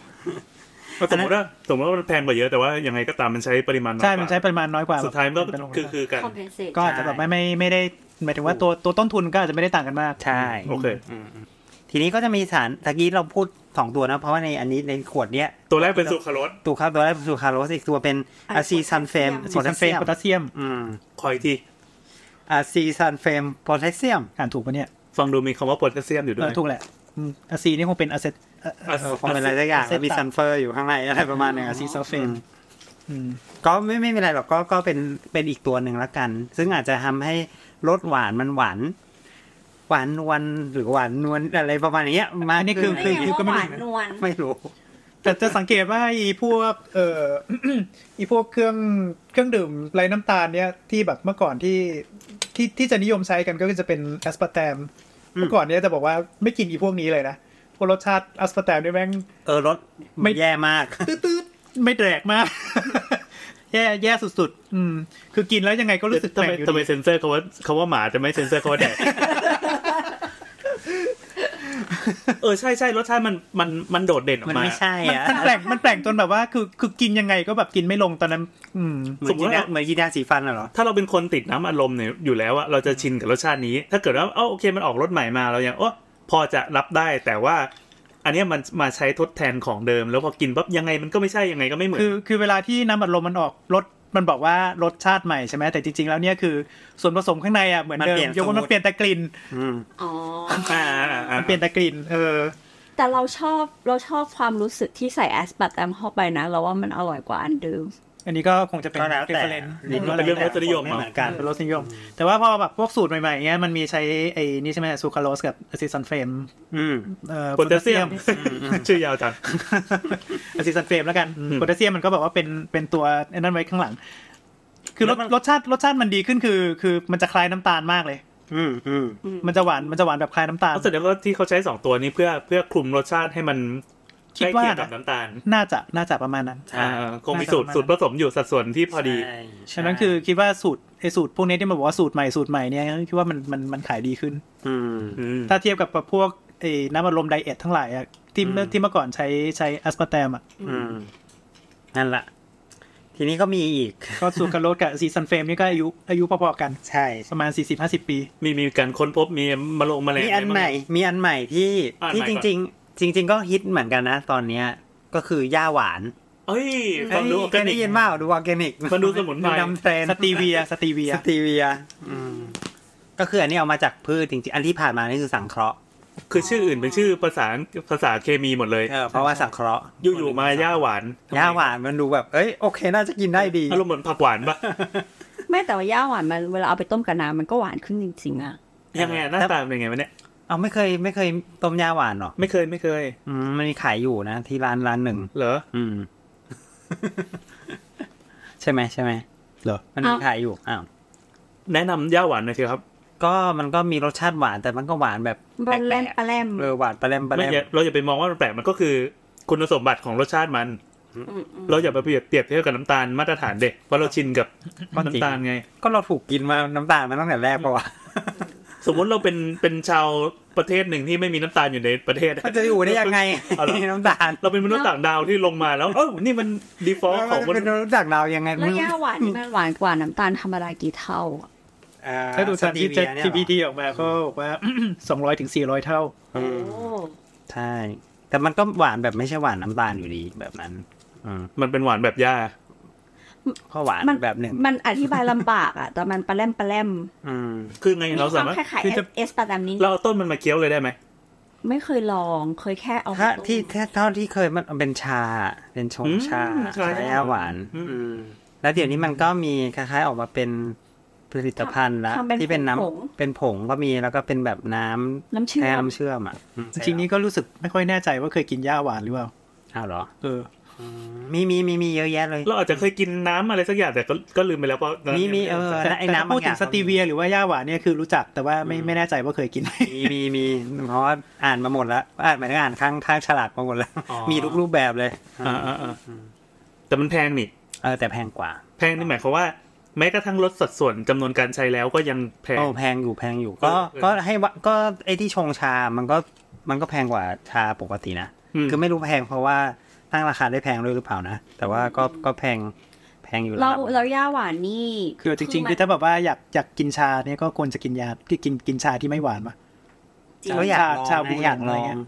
S4: ก็สมมติว่าสมมติว่ามันแพงกว่าเยอะแต่ว่ายังไงก็ตามมันใช้ปริมาณอย
S5: ใช่
S4: กว่า
S5: มันใช้ปริมาณน้อยกว่า
S4: สุดท้ายมันก็
S5: เป็นโรงงาน
S4: คือคือกัน
S2: compensate
S5: ก็อาจจะแบบไม่ไม่ไม่ได้หมายถึงว่าตัวตัวต้นทุนก็อาจจะไม่ได้ต่างกันมาก
S3: ใช่
S4: โอเค
S3: อืมอืมทีนี้ก็จะมีสารตะกี้เราพูดสองตัวนะ เพราะว่าในอันนี้ในขวดเนี้ย
S4: ตัวแรกเป็นสุคาร์โรส
S3: ตัวข้าวตัวแรกเป็นซูคาร์โรสอีกตัวเป็นอะซีซันเฟม
S5: สีซันเฟมโพแทสเซียม
S3: อืม
S4: คอยที่
S3: อะซีซันเฟมโพแทสเซียม
S5: อ่านถูกปะเนี่ย
S4: ฟังดูมีคำว่าโพแทสเซียมอยู่ด้
S5: เอ
S4: ว
S5: อย ถูกแหละอืมอะซีนี่คงเป็นอะเซตเอ่อ
S4: อ่ะ
S3: เออคงเป็นอะไรสักอย่างแล้วมีซันเฟอร์อยู่ข้างในอะไรประมาณเนี้ย
S5: อ๋อ
S3: อืม
S5: อืม
S3: ก็ไม่ไม่มีอะไรหรอกก็ก็เป็นเป็นอีกตัวหนึ่งละกัน ซึ่งอาจจะทำให้รสหวานมันหวาน หวานนวลหรือหวานนวลอะไรประมาณเนี้ยมาก
S5: อันนี้คือ
S3: ขึ้
S5: คื
S2: ไม่
S5: อคือก็
S2: ห
S5: ไม่
S2: วา
S5: รู้
S2: นนวล
S3: ไม่รู้
S5: แต่จะสังเกตว่าไอีพวกเอ่อ อีพวกเครื่องเครื่องดื่มไรน้ำตาลเนี่ยที่แบบเมื่อก่อนที่ที่ที่จะนิยมใช้กันก็คือจะเป็นแอสปาร์แตม
S3: อืม
S5: เมื่อก่อนเนี่ยจะบอกว่าไม่กินอีพวกนี้เลยนะเพราะรสชาติแอสปาร์แตมเนี่ยแม่ง
S3: เออรส
S5: ไม่
S3: แย่มาก
S5: ตืดๆไม่แดกมาก แย่แย่สุดๆ อืม คือกินแล้วยังไงก็รู้สึกแป
S4: ทำ
S5: ล
S4: ไม
S5: กอยู่
S4: ทำไม
S5: ดี
S4: เซนเซอร์คำว่าคำว่าหมาแต่ไม่เซนเซอร์คำว่าแดก เออใช่ใช่รสชาติมันมันมันโดดเด่นออ
S3: มัน
S4: กมา
S3: ไม่ใช่
S5: มัน
S3: อ่ะ
S5: มันแปลกมันแปลกจนแบบว่า คือคือกินยังไงก็แบบกินไม่ลงตอนนั้น อืม
S3: เหมื
S4: ส
S3: อ
S4: ม
S3: น
S4: มุติ
S3: ยี
S4: ว่า
S3: น่าเหมือนยีน่าสีฟันอะเหรอ
S4: ถ้าเราเป็นคนติดน้ำอารมณ์เนี่ยอยู่แล้วอะเราจะชินกับรสชาตินี้ ถ้าเกิดว่าเอ้าโอเคมันออกรสใหม่มาเรายังโอ้พอจะรับได้แต่ว่า อันเนี้ยมันมาใช้ทดแทนของเดิม แล้วพอกินปั๊บยังไงมันก็ไม่ใช่ยังไงก็ไม่เหมือน
S5: คือคือเวลาที่น้ำอัดลมมันออกรสมันบอกว่ารสชาติใหม่ใช่ไหมแต่จริง ๆ แล้วเนี่ยคือส่วนผสมข้างในอ่ะเหมือนเดิ
S3: มันเป
S5: ม
S3: ลี่ยน
S5: ยก
S3: สม
S5: ว่า
S3: มุติ
S5: มันเปลี่ยนแต่กลิ่น
S3: อืม
S2: อ๋อ
S4: อ่าอ่าอ่า
S5: มันเปลี่ยนแต่กลิ่นเออ
S2: แต่เราชอบเราชอบความรู้สึกที่ใส่แอสปาร์ตมเข้าไปนะ เราว่ามันอร่อยกว่าอันเดิม
S5: อันนี้ก็คงจะเป็น
S3: ก็แล้วแต่
S5: preference
S3: นี่ก็
S4: มันเป็นเรื่องรสนิยม
S3: ไม่เหมือ
S4: อะ
S3: นกัน
S5: เป็นรสนิยม แต่ว่าพอแบบพวกสูตรใหม่ๆเงี้ยมันมีใช้ไอ้นี่ใช่ไหมซูคราโลสกับอะซิซันเฟม
S3: อืม
S5: เอ่อ
S4: โพแทสเซียม ชื่อยาวจัง
S5: อะซิซันเฟรมแล้วกัน
S4: อืม
S5: โพแทสเซียมมันก็แบบว่าเป็นเป็นตัวไอ้นั่นไว้ข้างหลัง คือรส
S3: แล้วมัน
S5: รสชาติรสชาติมันดีขึ้นคือ คือมันจะคล้ายน้ำตาลมากเลย
S3: อืมอืม
S5: มันจะหวานมันจะหวานแบบคล้ายน้ำตาล
S4: แสดงว่าที่เขาใช้สองตัวนี้เพื่อเพื่อคลุมรสชาติให้มัน
S5: คิดว่า
S4: ใกล้เยงกับ
S5: นะ
S4: น้ำตาล
S5: น่าจะน่าจะประมาณนั้น
S3: ใช่
S4: อ่าคงมีสูตร
S5: น่าจะป
S4: สูต
S5: ระมาณ
S4: รผสมอยู่สัดส่วนที่พอดี
S3: ใช่
S5: ฉะนั้นคือคิดว่าสูตรไอ้สูตรพวกนี้ที่มันบอกว่าสูตรใหม่สูตรใหม่เนี่ยคิดว่ามันมันมันขายดีขึ้น
S3: อืม
S4: อืม
S5: ถ้าเทียบกับพวกไอ้น้ำอัดลมไดเอททั้งหลายอะที่
S3: อืม
S5: ที่เมื่อก่อนใช้ใช้อัสปาร์แตมอะ
S3: อืมนั่นละทีนี้ก็มีอีก
S5: ก็สูตรคาร์โรสกับซีซันเฟรมนี่ก็อายุอายุพอๆกัน
S3: ใช่
S5: ประมาณ 40-50 ปี
S4: มีมีการค้นพบมีมะลงแมลง
S3: มี
S4: อะไร
S3: อัน
S4: บ้าง
S3: ใหม่
S4: ไ
S3: มีอันใหม่ที่
S4: อ่าน
S3: ที่
S4: ให
S3: จ
S4: ม่ก่อน
S3: ริง ๆ จริง ๆ ก็ฮิตเหมือนกันนะ ตอนเนี้ยก็คือย่าหวาน
S4: เอ้ยฟังดูออร์
S3: เค
S4: แก
S3: ย
S4: นิ
S3: ได้
S4: ก
S3: ยินเปล่าดูออร์แกนิก
S4: มันดูสมุนไพร
S3: ดูนำเทรน
S5: สตีเวียสตีเวีย
S3: สตีเวียอืมก็คืออันนี้เอามาจากพืชจริงๆ อันที่ผ่านมานี่คือสังเคราะห์
S4: คือชื่ออื่นเป็นชื่อภาษาภาษาเคมีหมดเลย
S3: เออเพราะว่าสังเคราะห์
S4: อยู่ๆมาย่าหวาน
S3: หญ้าหวานมันดูแบบเอ้ยโอเคน่าจะกินได้ดี
S4: อารมณ์เหมือนผักหวานปะ
S2: ไม่แต่ว่าย่าหวานมันเวลาเอาไปต้มกับน้ำมันก็หวานขึ้นจริงๆอะ
S4: ยังไงหน้าตาเป็นไงวะเนี่ย
S3: เอาไม่เคยไม่เคยต้มย่าหวานหรอ
S4: ไม่เคยไม่เคย
S3: อืมมันมีขายอยู่นะ ที่ร้านร้านหนึ่ง
S4: เหรอ
S3: อืม ใช่ไหมใช่ไหม
S5: เหรอ
S3: มันมีขายอยู่อ้าว
S4: แนะนำย่าหวานหน่อยสิครับ
S3: ก็มันก็มีรสชาติหวาน แต่มันก็หวานแบบ
S2: ปลาแลมปลาแลม
S3: เออหวานปลาแรมปลาแร
S4: ไม่
S3: ม
S4: อย่าเราอย่าไปมองว่ามันแปลกมันก็คือคุณสมบัติของรสชาติมัน
S2: มอืม
S4: เราอย่าไปเปรียบเปรียบเทียบกับน้ำตาลมาตรฐานเด็กเพราะเราชินกับ
S3: ก็จริง
S4: น้ำตาลไง
S3: ก็เราถูกกินมาน้ำตาลมาตั้งแต่แรกปะวะ
S4: สมมุติเราเป็นเป็นชาวประเทศหนึ่งที่ไม่มีน้ำตาลอยู่ในประเทศ
S3: มันจะอยู่ได้ยังไง
S4: เอาเหรอ
S3: มีน้ำตาล
S4: เราเป็นมนุษย์ต่างดาวที่ลงมาแล้วเออนี่มันดีฟอลต์ของม
S3: มัน
S4: นุ
S3: เป็
S4: ษ
S3: น
S4: ย์
S3: รู้จักเรายังไง
S2: แล้วย่าหวานนี่มันหวานกว่าน้ำตาลธรรมดากี่เท่าอะ
S3: อ่
S5: ถ้าดูตามที่
S3: ส
S5: Chat
S3: วียเนี่ยเหรอ
S5: GPT ออกมาก็บอกว่า 200ถึง400 เท่า
S3: อืม
S2: โอ้
S3: ใช่ แต่มันก็หวานแบบไม่ใช่หวานน้ำตาลอยู่ดีแบบนั้น อืม
S4: มันเป็นหวานแบบย่า
S3: ข้าวหวาน
S2: มัน
S3: แบบหนึ่ง
S2: มันอธิบายลำบากอ่ะ แต่มันปลาแลมปลาแลม
S3: อืม
S4: คือไงเราสามารถ
S2: คล้าย
S4: คือจะ
S2: ๆเอสปาตามนี้
S4: เราเอาต้นมันมาเคี้ยวเลยได้ไหม
S2: ไม่เคยลองเคยแค่เอา
S3: ถ้า
S2: ไปต้ม
S3: ที่แค่เท่าที่เคยมันเป็นชา เป็นชงชาชาแก้วหวาน
S4: อืม
S3: แล้วเดี๋ยวนี้มันก็มีคล้ายๆออกมาเป็นผลิตภัณฑ์ละ
S2: ทำเป็น
S3: ที่เป็นน้
S2: ผง
S3: ำเป็นผงก็มีแล้วก็เป็นแบบ
S2: น
S3: น้
S2: ้ำ
S3: ำ
S2: เชื่
S3: แช่
S2: อม
S3: น้ำเชื่อมอ่ะอืม
S5: จริงๆนี้ก็รู้สึกไม่ค่อยแน่ใจว่าเคยกินหญ้าหวานหรือเปล่า
S3: อ้าวเหรอ
S5: เออ
S3: มีมีมีมีเยอะแยะเลย
S4: เราอาจจะเคยกินน้ำอะไรสักอย่างแต่ก็ก็ลืมไปแล้วเพราะตนนั้น
S3: มี
S4: ยัง
S3: มี
S4: ไได้
S3: เออ
S4: สนใจ
S5: แต่
S3: ไอ้
S5: แต่
S3: น้ำ
S5: ถ้าพูด
S3: บางอ
S5: ถึ
S3: ย่าง
S5: งสตีเวียหรือว่าหญ้าหวานเนี่ยคือรู้จักแต่ว่าไม่
S3: อืม
S5: ไม่แน่ใจว่าเคยกินไหม
S3: มีมีมีเพราะว่าอ่านมาหมดแล้วอ่านหมายถึงอ่านข้างข้างฉลากมาหมดแล้ว
S4: อ๋อ
S3: มีทุกรูปแบบเลย
S4: อ่าอ่าอ่าแต่มันแพงนี่
S3: เออแต่แพงกว่า
S4: แพงนี่หมายความว่าแม้กระทั่งลดสัดส่วนจำนวนการใช้แล้วก็ยังแพง
S3: โอ้แพงอยู่แพงอยู่
S4: เอ
S3: ก็
S4: อเออ
S3: ก็ให้ว่าก็ไอ้ที่ชงชามันก็มันก็แพงกว่าชาปกตินะ
S4: ม
S3: คือไม่รู้แพงเพราะว่าตั้งราคาได้แพงด้วยหรือเปล่านะ แต่ว่าก็ก็แพงแพงอยู่ระ
S2: เรา
S3: ดับหนึ่ง
S2: เราย่าหวานนี่
S5: คือจริง ๆ
S2: มั
S5: คือ
S2: น
S5: ถ้าแบบว่าอยากอยากกินชาเนี่ยก็ควรจะกินยาที่กินกินชาที่ไม่หวานมา
S3: เราอยากลอง
S5: ชาบู
S3: นะอยากล
S5: อะไร
S3: อง
S5: เงี้ย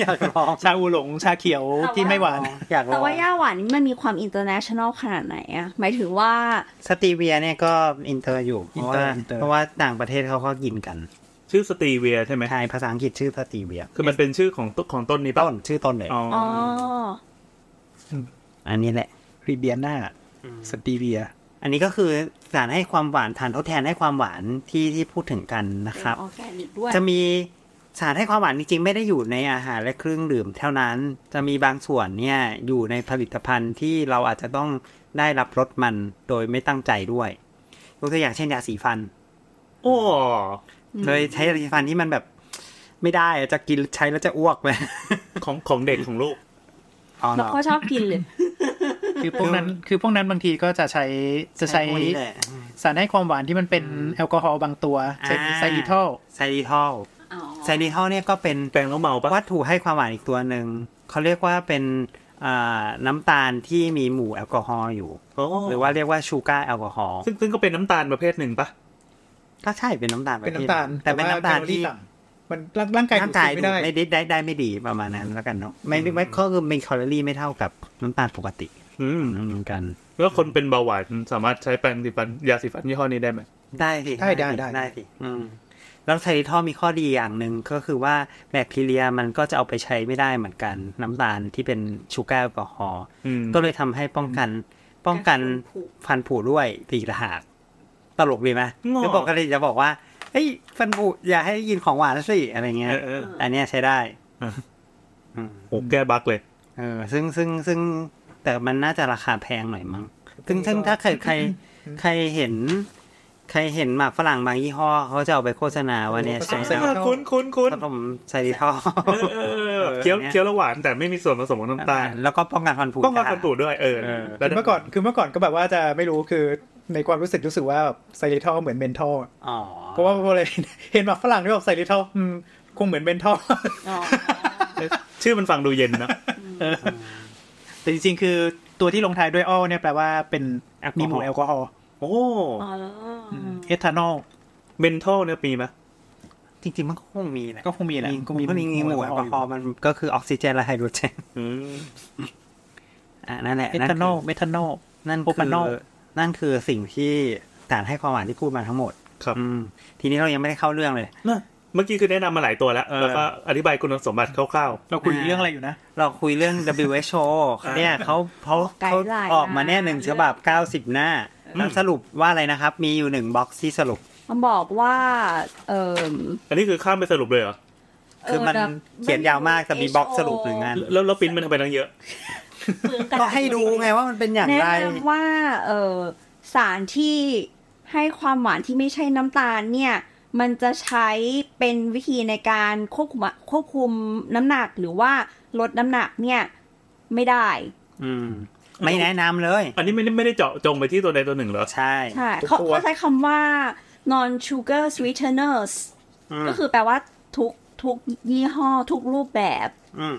S3: อยากลอง
S5: ชาอูหลงชาเขียวที่ไม่หวาน
S3: อยากล
S2: แต่
S3: อง
S2: ว่าย่าหวานนี่มันมีความอินเตอร์เนชั่นแนลขนาดไหนอ่ะหมายถึงว่า
S3: สตีเวียเนี่ยก็อินเตอร์อยู่เพราะว่า
S5: อินเตอร์
S3: เพราะว่าต่างประเทศเขาก็กินกัน
S4: ชื่อสตรีเวียใช่ไหม
S3: ไทยภาษาอังกฤษชื่อสตีเวีย
S4: คือมันเป็นชื่อของต้นของต้นนี้ป่ะ
S3: ต้นชื่อต้นเลย
S4: อ๋ออ
S2: อ๋อ
S3: อันนี้แหละ
S5: รีเบียนาสตีเวีย
S3: อันนี้ก็คือสารให้ความหวานฐานทดแทนให้ความหวานที่ที่พูดถึงกันนะ
S2: เป็น
S3: ครับ
S2: ออร์แกนิกด้วย
S3: จะมีสารให้ความหวานจริงๆ ไม่ได้อยู่ในอาหารและเครื่องดื่มเท่านั้น จะมีบางส่วนเนี่ยอยู่ในผลิตภัณฑ์ที่เราอาจจะต้องได้รับรสมันโดยไม่ตั้งใจด้วยยกตัวอย่างเช่นยาสีฟัน
S4: โอ้
S3: โดยใช้ยาสีฟันที่มันแบบไม่ได้อะจะกินใช้แล้วจะอ้วกไป
S4: ของของเด็กของลูก
S3: อ๋อ
S2: เรา
S3: เนาะ
S2: ก็ชอบกิน เลย
S5: คือพวกนั้นคือพวกนั้นบางทีก็จะใช้จะใช้
S3: พวกนี้แหละ
S5: สารให้ความหวานที่มันเป็นแอลกอฮอล์บางตัวเช่น
S3: อ่า
S5: ไซริทอล
S3: ไซริทอล
S2: อ๋อ
S3: ไซริทอลเนี่ยก็เป็น
S4: แปลงแล้วเมาปะ
S3: วัตถุให้ความหวานอีกตัวหนึ่ง เขาเรียกว่าเป็นอ่าน้ำตาลที่มีหมู่แอลกอฮอล์อยู่
S4: โอ้
S3: หรือว่าเรียกว่าชูการ์แอลกอฮอล์
S4: ซึ่งซึ่งก็เป็นน้ำตาลประเภทหนึ่งปะ
S3: ก็ใช่เป็นน้ำตาลระภทแต่
S5: แต่
S3: เป็นน้ำตาลที่
S5: มันร่างกาย
S3: ร่าง
S5: ดูด
S3: กาย
S5: ซึม
S3: ดูดไม่ได้ได้ได้ไม่ดีประมาณนั้นแล้วกันเนาะไม่ไม่ไม่ก็คือมีแคลอรี่ไม่เท่ากับน้ำตาลปกติ
S4: อืม
S3: เหมือนกัน
S4: แล้วคนเป็นเบาหวานสามารถใช้แปรงสีฟันยาสีฟันยี่ห้อนี้ได้ไหม
S3: ได้สิ
S5: ได้ได้ได้
S3: ได้สิอืมแล้วไซริทอลมีข้อดีอย่างหนึ่งก็คือว่าแบคทีเรียมันก็จะเอาไปใช้ไม่ได้เหมือนกัน น้ำตาลที่เป็นชูการ์แอลกอฮอล์
S4: อืม
S3: ก็เลยทำให้ป้องกันป้องกันฟันผุด้วยตีกระหากตลกดีไหมคือปกติจะบอกว่าเฮ้ยฟันผุอย่าให้กินของหวานสิอะไรเงี้ย
S4: เออเออ
S3: อันเนี้ยใช้ได้อืม
S4: โอ้แก้บั๊กเลย
S3: เออ ซึ่งซึ่งซึ่งแต่มันน่าจะราคาแพงหน่อยมั้งซึ่งซึ่งถ้าใครใครใครเห็น ใครเห็นหมากฝรั่งบางยี่ห้อเขาจะเอาไปโฆษณาว่าเนี่ย
S5: ผส
S3: ใช้
S5: ม
S3: น้
S5: เออ
S4: คุ้นคุ้นคุ้น
S3: ำผสมไซริทอล
S4: เออเออเออเคี้ยว
S3: เนี่ย
S4: เคี้ยวแล้วหวานแต่ไม่มีส่วนผสมของน้ำตาล
S3: แล้วก็ป้องกันฟันผุ
S4: ป้องกันฟันผุด้วยเออ
S3: เออ
S4: แล้ว
S5: คือเมื่อก่อนคือเมื่อก่อนก็แบบว่าจะไม่รู้คือในความรู้สึกรู้สึกว่าแบบไซริทอลเหมือนเมนทอลอะ
S3: อ๋อ
S5: เพราะว่าพอเลยเห็นแบบฝรั่งที่แบบไซริทอลอืมคงเหมือนเมนทอล
S2: อ๋อ
S4: ชื่อมันฟังดูเย็นนะ
S5: แต่จริงๆ คือตัวที่ลงท้ายด้วยอ้อเนี่ยแปลว่าเป็น
S3: แอลกอฮอล์
S5: มีหมู่แอลกอฮอล์
S4: โอ้
S2: อ๋อ
S5: เอทานอล
S4: เมนทอลเนี่ยมีไหม
S3: จริงๆมันก็คงมีแหละ
S5: ก็คงมีแหละ
S3: มี
S5: ก็
S3: มีมีมีหมู่แอลกอฮอล์มันก็คือออกซิเจนและไฮโดรเจนอ่ะนั่นแหละ
S5: เอทานอลเมทานอล
S3: นั่น
S5: โอ
S3: คือ
S5: ปานอล
S3: นั่นคือสิ่งที่สารให้ความหวานที่พูดมาทั้งหมด
S4: ครับ
S3: อืมทีนี้เรายังไม่ได้เข้าเรื่องเลย
S4: น่ะเมื่อกี้คือแนะนำมาหลายตัวแล้ว แล้วก็อธิบายคุณสมบัติคร่าว
S5: เราคุยเรื่องอะไรอยู่นะ
S3: เราคุยเรื่อง WHO เนี่ยเขาเขา
S2: ไก
S3: เขา
S2: ด์ไลน์
S3: ออกมาแน่ยหนึ่งฉบับ 90 หน้าแล้วสรุปว่าอะไรนะครับ มีอยู่หนึ่งบ็อกซ์ที่สรุป
S2: มันบอกว่า เอ่ม
S4: ๆ อันนี้คือข้ามไปสรุปเลยเหรอ
S3: คือมัน
S2: เแต่
S3: เขียนยาวมากแต่มีบ็อกซ์สรุปหนึ่งอัน
S4: แล้วแล้วปริ้นมันทำไมตั้งเยอะ
S2: เปลืองระดาษ
S3: ก็ให้ดูไงว่ามันเป็นอย่างไร
S2: แนะนำว่า เอ่อ สารที่ให้ความหวานที่ไม่ใช่น้ำตาลเนี่ย มันจะใช้เป็นวิธีในการควบคุมควบคุมน้ำหนักหรือว่าลดน้ำหนักเนี่ย ไม่ได้
S3: อืม ไม่แนะนำเลย
S4: อันนี้ไม่ได้ไม่ได้เจาะจงไปที่ตัวใดตัวหนึ่งเหรอ
S3: ใช่
S2: ใช่เขา
S5: ทุกตัว
S2: เขาใช้คำว่า non sugar sweeteners
S3: อืม
S2: ก็คือแปลว่าทุกทุกยี่ห้อทุกรูปแบบ
S3: อืม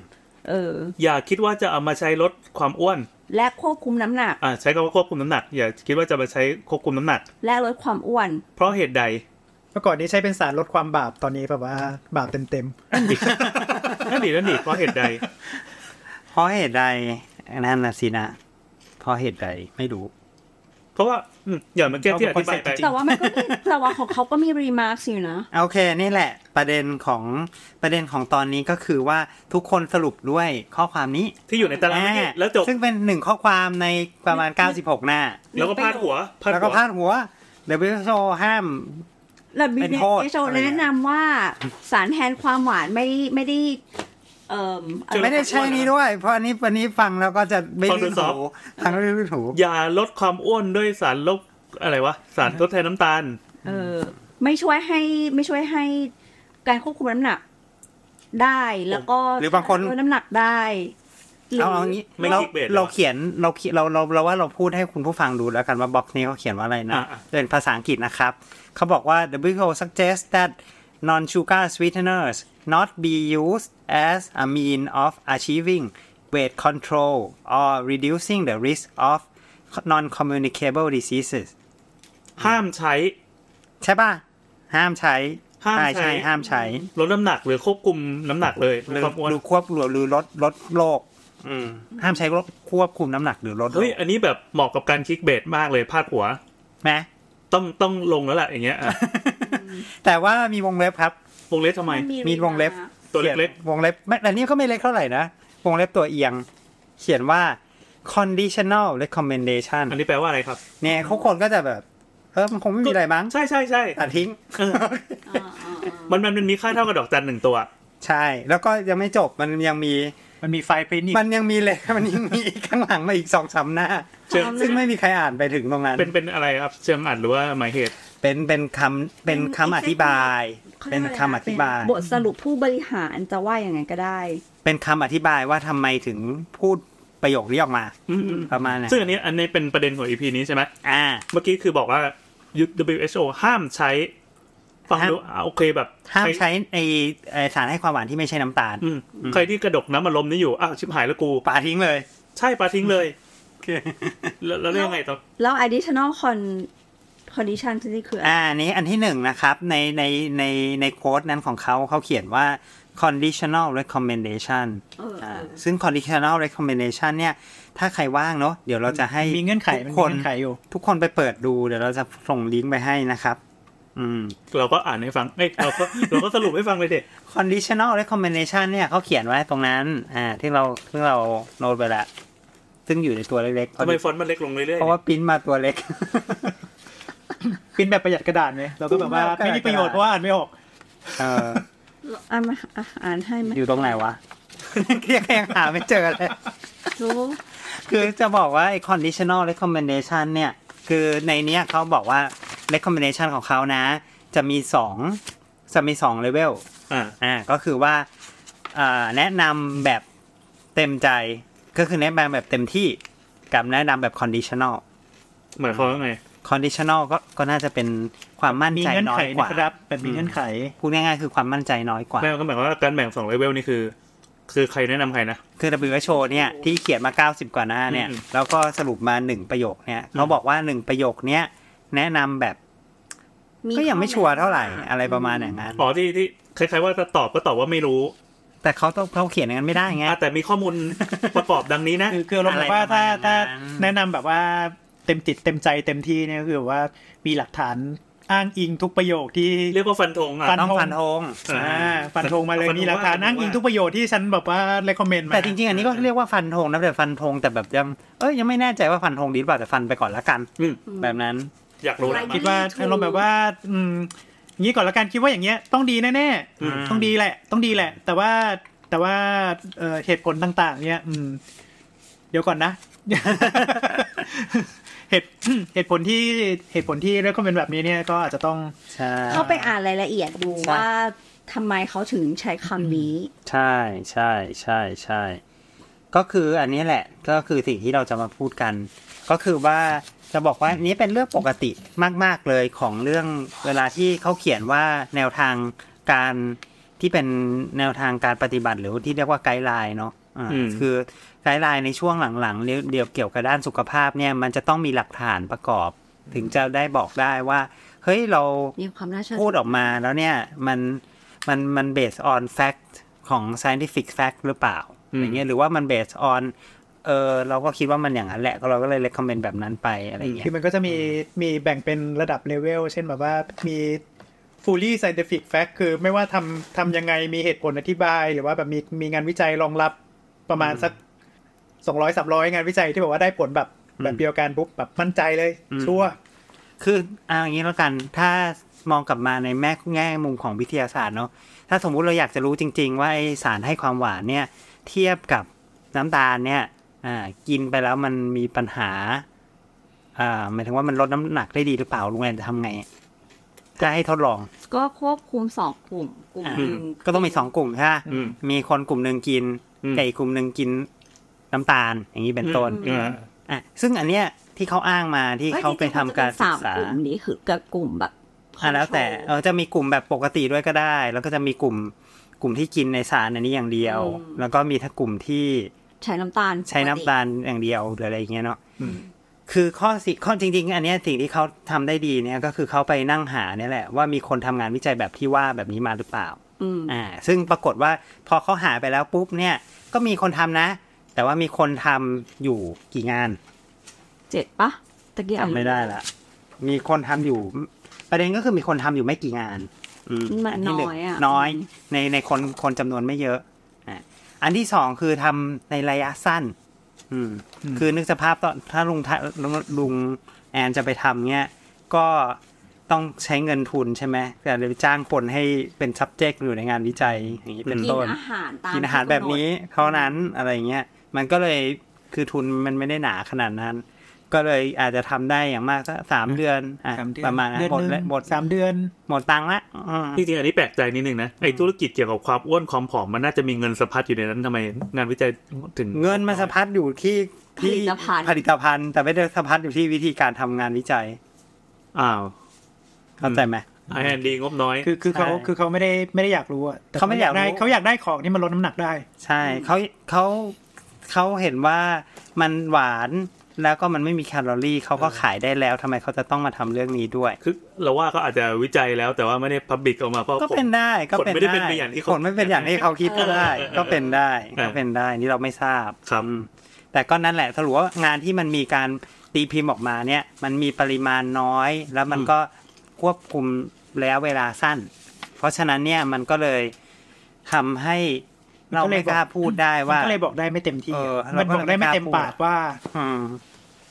S2: เออ
S4: อย่าคิดว่าจะเอามาใช้ลดความอ้วน
S2: และควบคุมน้ำหนัก
S4: อ่าใช้คำว่าควบคุมน้ำหนัก อย่าคิดว่าจะมาใช้ควบคุมน้ำหนัก
S2: และลดความอ้วน
S4: เพราะเหตุใด
S5: เมื่อก่อนนี้ใช้เป็นสารลดความบาปตอนนี้แบบว่าบาปเต็ม
S4: นั่นดินั่นดิเพราะเหตุใด
S3: เพราะเหตุใดนั่นนะสินะเพราะเหตุใดไม่รู้
S4: เพราะว่าอืมอย่างเมื่อกี้ที่อธิบายไป
S5: จริง
S2: แต่ว่ามันก็มีแต่ว่าของเขาก็มีรีมาร์คอยู่นะ
S3: โอเค นี่แหละประเด็นของประเด็นของตอนนี้ก็คือว่าทุกคนสรุปด้วยข้อความนี้
S4: ที่อยู่ในตารางเมื่อกี้
S3: อ่า
S4: แล้วจบ
S3: ซึ่งเป็นหนึ่งข้อความในประมาณ 96 หน้า
S4: แล้วก็พาดหัวพาด
S3: แล้ว
S4: หั
S3: ก็
S4: ว
S3: พาดหัว WHO ห้าม
S2: แล้วบี
S3: เป็น
S2: เน
S3: โทษ
S2: โชแนะนำว่าสารแทนความหวานไม่ไม่ได้ เอ่ออะ
S4: จ
S2: ไร
S3: ไม่ได้ใช่นี้ด้วย เพราะอันนี้วันนี้ฟังแล้วก็จะไม่
S4: ฟังดู
S3: ลื่น
S4: ซอฟต์
S3: หูฟังแล้วไม่ลื่นหู
S4: อย่าลดความอ้วนด้วยสารลบอะไรวะสารทดแทนน้ำตาล
S2: เออไม่ช่วยให้ไม่ช่วยให้การควบคุมน้ำหนักได้แล้วก็
S3: หรือบางคน
S2: ลดน้ำหนักได้หรื
S3: เอาเอางี้
S4: ไม่
S3: เรา
S4: clickbait
S3: เรา
S4: หรอ
S3: เขียนเราเขียนเราเราเราว่าเราพูดให้คุณผู้ฟังดูแล้วกันว่าบล็อกนี้เขาเขียนว่าอะไรนะ
S4: อ่ะ
S3: เป็นภาษาอังกฤษนะครับ เขาบอกว่า WHO suggests that non sugar sweeteners not be used as a mean of achieving weight control or reducing the risk of non communicable diseases
S4: ห้ามใช้
S3: ใช่ป่ะ ห้ามใช้
S4: ห้าม
S3: อ่
S4: ใช้
S3: ใช่ห้ามใช้
S4: ลดน้ำหนักหรือควบคุมน้ำหนักเลย
S3: หรือ
S4: ความอ้วน
S3: หรือควบหรือหรือลดลดโรคห้ามใช้ลดควบคุมน้ำหนักหรือลดโร
S4: เฮ้ย
S3: ค
S4: อันนี้แบบเหมาะกับการคลิกเบสมากเลยพาดหัว
S3: ไหม
S4: ต้องต้องลงแล้วล่ะอย่างเงี้ยอ่ะ
S3: แต่ว่ามีวงเล็บครับ
S4: วงเล็บทำไม
S2: รี
S3: มีวงเล็บ
S2: มาร์ค
S4: ตัวเล็ก
S3: วงเล็บไม่แต่นี่ก็ไม่เล็กเท่าไหร่นะ วงเล็บตัวเอียง เขียนว่า conditional recommendation
S4: ๆอันนี้แปลว่าอะไรครับ
S3: เนี่ยเขาคนก็จะแบบเออมันคงไม่มีอะไรมั้ง
S4: ใช่ใช่ใช่
S3: ตัดทิ้ง
S4: เออ
S2: อ่าอ่าอ่า
S4: มันมันมันมีค่าเท่ากับดอกจันหนึ่งตัว
S3: ใช่ แล้วก็ยังไม่จบมันยังมี
S5: มันมีไฟล์ปริ้นอีก
S3: มันยังมีเลย มันยังมีอีกข้างหลังมาอีกสองสามหน้า
S4: เชิง
S3: ซึ่งไม่มีใครอ่านไปถึงตรงนั้น
S4: เป็นเป็นอะไรครับ เชิงอัดหรือว่าหมายเหตุ
S3: เป็นเป็นคำเป็นคำอธิบาย เป็นคำอธิบาย
S2: บทสรุปผู้บริหารจะว่าอย่างไงก็ได้
S3: เป็นคำอธิบายว่าทำไมถึงพูดประโยคนี้ออกมา
S4: อืมอืม
S3: ประมาณนั้น
S4: ซึ่งอันนี้อันนี้เป็นประเด็นของอีพีนี้ใช่ไหม
S3: อ่า
S4: เมื่อกี้คือบอกว่า WHO ห้ามใช้ ฟังดูอ่ะโอเคแบบ
S3: ห้าม
S4: ใคร
S3: ใช้ไอไอ้สารให้ความหวานที่ไม่ใช่น้ำตาล
S4: อืมใครที่กระดกน้ำมันลมนี่อยู่ อ้าว ชิบหายแล้วกู
S3: ป่าทิ้งเลย
S4: ใช่ปาทิ้งเลย แล้วแล้วเรื่องไงต่อ
S2: แล้ว additional con condition ที่คืออะไร
S3: อ่าอันนี้อันที่หนึ่งนะครับในในในในโค้ดนั้นของเขาเขาเขียนว่า conditional recommendation
S2: เออเออ
S3: อ่าซึ่ง conditional recommendation เนี่ย ถ้าใครว่างเนาะเดี๋ยวเราจะให้
S5: มีเงื่อนไข
S3: ทุ
S5: มันมี
S3: กคน
S5: เงื่อนไขอยู่
S3: ทุกคนไปเปิดดูเดี๋ยวเราจะส่งลิงก์ไปให้นะครับ อืม
S4: เราก็อ่านให้ฟังเอ้ยเราก็ เราก็สรุปให้ฟังเลยเด็
S3: conditional recommendation เนี่ยเขาเขียนไว้ตรงนั้น อ่า ที่เราที่เราโน้ตไปละซึ่งอยู่ในตัวเล็กๆ
S4: ทำไมฟอนต์มันเล็กลงเรื่อย
S3: เพราะว่าปริ้นมาตัวเล็ก
S5: ปริ้นแบบประหยัดกระดาษไหมเราก็แบบว่าไม่มีประโยชน์เพราะว่าอ่านไม่ออก
S3: เออ
S2: อ่ะมาอ่ะอ่านให้ไหม
S3: อยู่ตรงไหนวะ เรียกยังหาไม่เจอเลย
S2: รู้
S3: คือจะบอกว่าไอ้ conditional recommendation เนี่ย คือในเนี้ยเขาบอกว่า recommendation ของเขานะ จะมีสองจะมีสอง level
S4: ๆอ่า
S3: อ่า ก็คือว่าอ่าแนะนำแบบเต็มใจ ก็คือแนะนำแบบเต็มที่ กับแนะนำแบบ conditional
S4: หมายความว่าไง
S3: conditional ก็ก็น่าจะเป็นความมั่น
S5: มี
S3: ใจ
S5: เงื่อน
S3: น้อ
S5: ไข
S3: ยก
S5: นะ
S3: ว่า
S5: ครับแบบมีเงื่อนไข
S3: พูดง่ายๆ คือความมั่นใจน้อยกว่า
S4: แม่ก็หมายความว่าการแบ่งสองเลเวลนี่คือ คือใครแนะนำใครนะ
S3: คือ WHO เนี่ยที่เขียนมา 90 กว่าหน้าเนี่ย
S4: อืม
S3: แล้วก็สรุปมา 1 ประโยคเนี่ยเขาบอกว่า 1 ประโยคเนี้ยแนะนำแบบก็ยังไม่ชัวร์เท่าไหร่อะไรประมาณอย่างนั้น
S4: อ๋อที่ที่คล้ายๆว่าจะตอบก็ตอบว่าไม่รู้
S3: แต่เขาต้องเขาเขียนอย่างนั้นไม่ได้ไง
S4: อ่ะแต่มีข้อมูล ประกอบดังนี้นะ
S5: คือคือเราบอกว่า
S3: อะไรประมาณ
S5: ถ้าถ้า
S3: นั้น
S5: แนะนำแบบว่าเต็มจิตเต็มใจเต็มที่เนี่ยก็คือแบบว่ามีหลักฐานอ้างอิงทุกประโยคที่
S4: เรียกว่าฟันธงอ่ะ
S5: ฟัน
S3: ต้องฟันธง
S4: อ่า
S5: อ่าฟันธงมาเลย
S4: ฟันธง
S5: มีหลักฐาน
S4: ว่า
S5: อ้างอิงทุกประโยชน์ที่ฉันแบบว่า recommend มา
S3: แต่จริงๆ อันนี้ก็เรียกว่าฟันธงนะแต่ฟันธงแต่แบบยังเอ้ยยังไม่แน่ใจว่าฟันธงดีหรือเปล่าแต่ฟันไปก่อนละกัน
S4: อืม
S3: แบบนั้น
S4: อยากรู้นะ
S5: คิดว่าอารมณ์แบบว่า อืมอย่างนี้ก่อนละกันคิดว่าอย่างเงี้ยต้องดีแน่
S3: อืม
S5: ๆต้องดีแหละ ต้องดีแหละ แต่ว่าแต่ว่าเอ่อเหตุผลต่างๆ เนี่ย อืม เดี๋ยวก่อนนะ เหตุ เหตุผลที่เหตุผลที่ recommend แบบนี้เนี่ยก็อาจจะต้อง
S3: ใช่
S2: เข้าไปอ่านรายละเอียดดูว่าทำไมเขาถึงใช้คำนี้
S3: ใช่ใช่ใช่ใช่ก็คืออันนี้แหละก็คือสิ่งที่เราจะมาพูดกัน ก็คือว่าจะบอกว่านี้เป็นเรื่องปกติมาก ๆ เลยของเรื่องเวลาที่เขาเขียนว่าแนวทางการที่เป็นแนวทางการปฏิบัติหรือที่เรียกว่าไกด์ไลน์เนาะอ่า
S4: อืม
S3: คือไกด์ไลน์ในช่วงหลังๆเรียเดี๋ยวเกี่ยวกับด้านสุขภาพเนี่ยมันจะต้องมีหลักฐานประกอบ ถึงจะได้บอกได้ว่า เฮ้ยเรา
S2: มีความน่าเชื่อ
S3: พูด
S2: ถือ
S3: ออกมาแล้วเนี่ย มันมันมันเบสออนแฟกต์ของ scientific fact หรือเปล่า
S4: อืม
S3: อย่างเงี้ยหรือว่ามันเบสออน เออเราก็คิดว่ามันอย่างนั้นแหละก็เราก็เลยเลคคอมเมนต์แบบนั้นไปอะไรอย่างเงี้
S5: คื
S3: ย
S5: อมันก็จะมีมีแบ่งเป็นระดับเลเวล เช่นแบบว่ามี fully scientific fact คือไม่ว่าทำทำยังไงมีเหตุผลอธิบาย หรือว่าแบบมีมีงานวิจัยรองรับประมาณสักสองร้อยสามร้อยงานวิจัยที่บอกว่าได้ผลแบบแบบเดียวกันปุ๊บแบบมั่นใจเลย ชัวร์
S3: คือเอาอย่างนี้แล้วกันถ้ามองกลับมาในแม่แง่มุมของวิทยาศาสตร์เนาะถ้าสมมุติเราอยากจะรู้จริง ๆ ว่าไอสารให้ความหวานเนี่ย เทียบกับน้ำตาลเนี่ยอ่ากินไปแล้วมันมีปัญหาอ่าหมายถึงว่ามันลดน้ำหนักได้ดีหรือเปล่าลุงแอนจะทำไงอะจะให้ทดลอง
S2: ก็ควบคุมสองกลุ่ม กลุ่ม
S3: อ่า
S2: หนึ่ง
S3: ก็ต้องมีสองกลุ่มใช่ไหม
S4: อืม
S3: มีคนกลุ่มหนึ่งกิน
S4: อืม
S3: กับอีกกลุ่มหนึ่งกินน้ำตาล อย่างนี้เป็นต้น
S4: อ่า
S3: อ่ะซึ่งอันเนี้ยที่เขาอ้างมาที่
S2: อ้ย
S3: เขาไปทำการ
S2: จ
S3: ศึ
S2: งๆมัน
S3: ก
S2: จะเป็นสา
S3: ษาม
S2: กลุ่มนี้คือกับกลุ่มแบบ
S3: อ่ะแล้วแต่
S2: control
S3: เออจะมีกลุ่มแบบปกติด้วยก็ได้ แล้วก็จะมีกลุ่มกลุ่มที่กินในสารอันนี้อย่างเดียว
S2: อืม
S3: แล้วก็มีถ้ากลุ่มที่
S2: ใช้น้ำตาล
S3: ใช้
S2: ป
S3: น้ำ
S2: ก
S3: ตาลอย่างเดียวหรืออะไรอย่างเงี้ยเนาะคือข้อสิข้อจริง ๆ อันเนี้ยสิ่งที่เขาทำได้ดีเนี่ยก็คือเขาไปนั่งหาเนี่ยแหละว่ามีคนทำงานวิจัยแบบที่ว่าแบบนี้มาหรือเปล่า
S2: อืม
S3: อ่าซึ่งปรากฏว่าพอเขาหาไปแล้วปุ๊บเนี่ยก็มีคนทำนะ แต่ว่ามีคนทำอยู่กี่งาน
S2: เจ็ดปะตะเกียบ
S3: จำไม่ได้ละ มีคนทำอยู่ ประเด็นก็คือมีคนทำอยู่ไม่กี่งานอืม
S2: มัน
S3: ที่
S2: น้
S3: หง
S2: อยอ่ะ
S3: น้อยในในคนคนจำนวนไม่เยอะอ่ะอันที่สองคือทำในระยะสั้น อืม คือนึกสภาพตอนถ้าลุงทะลุงลุงแอนจะไปทำเนี้ยก็ต้องใช้เงินทุนใช่ไหมแต่ไปจ้างคนให้เป็น subject อยู่ในงานวิจัยอย่างนี้เป็น
S2: กิ
S3: ต้น
S2: นอาหารตาม
S3: กินอาหารแบบนี้เท่านั้นอะไรเงี้ยมันก็เลยคือทุนมันไม่ได้หนาขนาดนั้น ก็เลยอาจจะทำได้อย่างมากสักสามเดือนอ่ะ
S5: สามเดือน
S3: ประมาณนั้น
S5: เดือน
S3: หมด
S5: ห
S3: ละ
S5: นึ่ง
S3: หมด
S5: สามเดือน
S3: หมดตังค์ละอืม
S4: จริงๆอันนี้แปลกใจนิดนึงนะไอธุรกิจเกี่ยวกับความอ้วนความผอมมันน่าจะมีเงินสะพัดอยู่ในนั้นทำไมงานวิจัยถึง
S3: เงินมันสะพัดอยู่ที่
S2: ผ
S3: ที่
S2: ลิตภัณฑ์
S3: ผลิตภัณฑ์แต่ไม่ได้สะพัดอยู่ที่วิธีการทำงานวิจัย
S4: อ้าว
S3: เข้าใจไหม
S4: ไอแอนดีงบน้อย
S5: คือคือเขา
S3: ใช่
S5: คือเขาไม่ได้ไม่ได้อยากรู้อะแต่
S3: เขาไม่อยากรู้
S5: ได้เขาอยากได้ของที่มันลดน้ำหนักได้
S3: ใช่เขาเขาเขาเห็นว่ามันหวานแล้วก็มันไม่มีแคลอรี่เขาก็ขายได้แล้วทำไมเขาจะต้องมาทำเรื่องนี้ด้วย
S4: คือเราว่าเขาอาจจะวิจัยแล้วแต่ว่าไม่ได้พับบิกออกมาเพราะ
S3: ก็เป็นได้ก็เป็น
S4: ผลไม่ได้เป็นไปอย่างที่เขา
S3: ผลไม่เป็นอย่างที่เขาคิดก็ได้ ก็เป็นได้
S4: เออ
S3: ก็เป็นได้นี่เราไม่ทราบ
S4: ครับ
S3: อืมแต่ก็นั่นแหละสรุปว่างานที่มันมีการตีพิมพ์ออกมาเนี่ย มันมีปริมาณน้อย แล้วมันก็ควบคุมระยะเวลาสั้น เพราะฉะนั้นเนี่ยมันก็เลยทำให้เรา
S5: ก็เล
S3: ไม่
S5: ยบอก
S3: กล้าพูดได้ว่า
S5: ก็เลยบอกได้ไม่เต็มที่
S3: เออเรามั
S5: มันบอกได้ไม่เต็ม
S3: ก็ไม่กล้า
S5: ปาก
S3: พูด
S5: ว่า
S3: อืม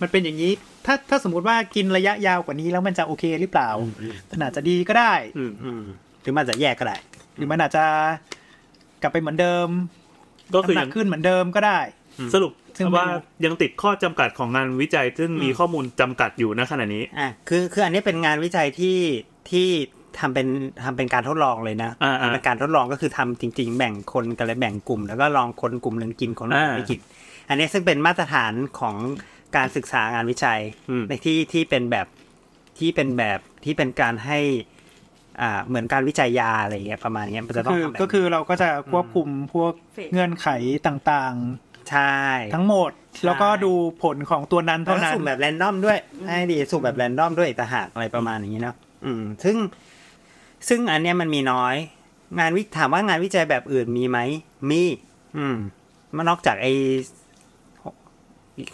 S5: มันเป็นอย่างนี้ ถ้าถ้าสมมติว่ากินระยะยาวกว่านี้แล้วมันจะโอเคหรือเปล่ามันอาจจะดีก็ได้
S3: อืมอืมหรือมันอาจจะแยกก็ได้
S5: หรือมันอาจจะกลับไปเหมือนเดิม
S4: ก็คือยั
S5: น้ำหนั
S4: ง
S5: กขึ้นเหมือนเดิมก็ได้
S4: สรุป
S5: ซึ่งมัน
S4: ว่ายังติดข้อจำกัดของงานวิจัย ซึ่งมีข้อมูลจำกัดอยู่นะขณะนี้
S3: อ่ะคือคืออันนี้เป็นงานวิจัยที่ที่ทำเป็นทำเป็นการทดลองเลยนะ
S4: อ่าอ่า
S3: เป็นการทดลองก็คือทำจริง ๆ แบ่งคนกันเลยแบ่งกลุ่ม แล้วก็ลองคนกลุ่มหนึ่งกินคนหนึ่ง
S4: อ่า
S3: ไม่กินอันนี้ซึ่งเป็นมาตรฐานของการศึกษางานวิจัย
S4: อืม
S3: ในที่ที่เป็นแบบที่เป็นแบบที่เป็นการให้อ่าเหมือนการวิจัยยาอะไรอย่างเงี้ยประมาณเนี้ยมันจะต้อง
S5: คือ
S3: ทำแบบ
S5: ก็คือเราก็จะควบคุมพวก
S2: เฟส
S5: เงื่อนไขต่าง
S3: ใช่
S5: ๆ ทั้งหมด แล้วก็ดูผลของตัวนั้น
S3: แล้ว
S5: เท่า
S3: ก็
S5: นั้น
S3: สุ่มแบบแรนดอมด้วยให้ดีสุ่มแบบแรนดอมด้วยอีกต่างหากอะไรประมาณอย่างนี้เนาะอืม ซึ่ง ซึ่งอันเนี้ยมันมีน้อย งานวิถามว่างานวิจัยแบบอื่นมีไหมมี อืม มันนอกจากไอหกอีก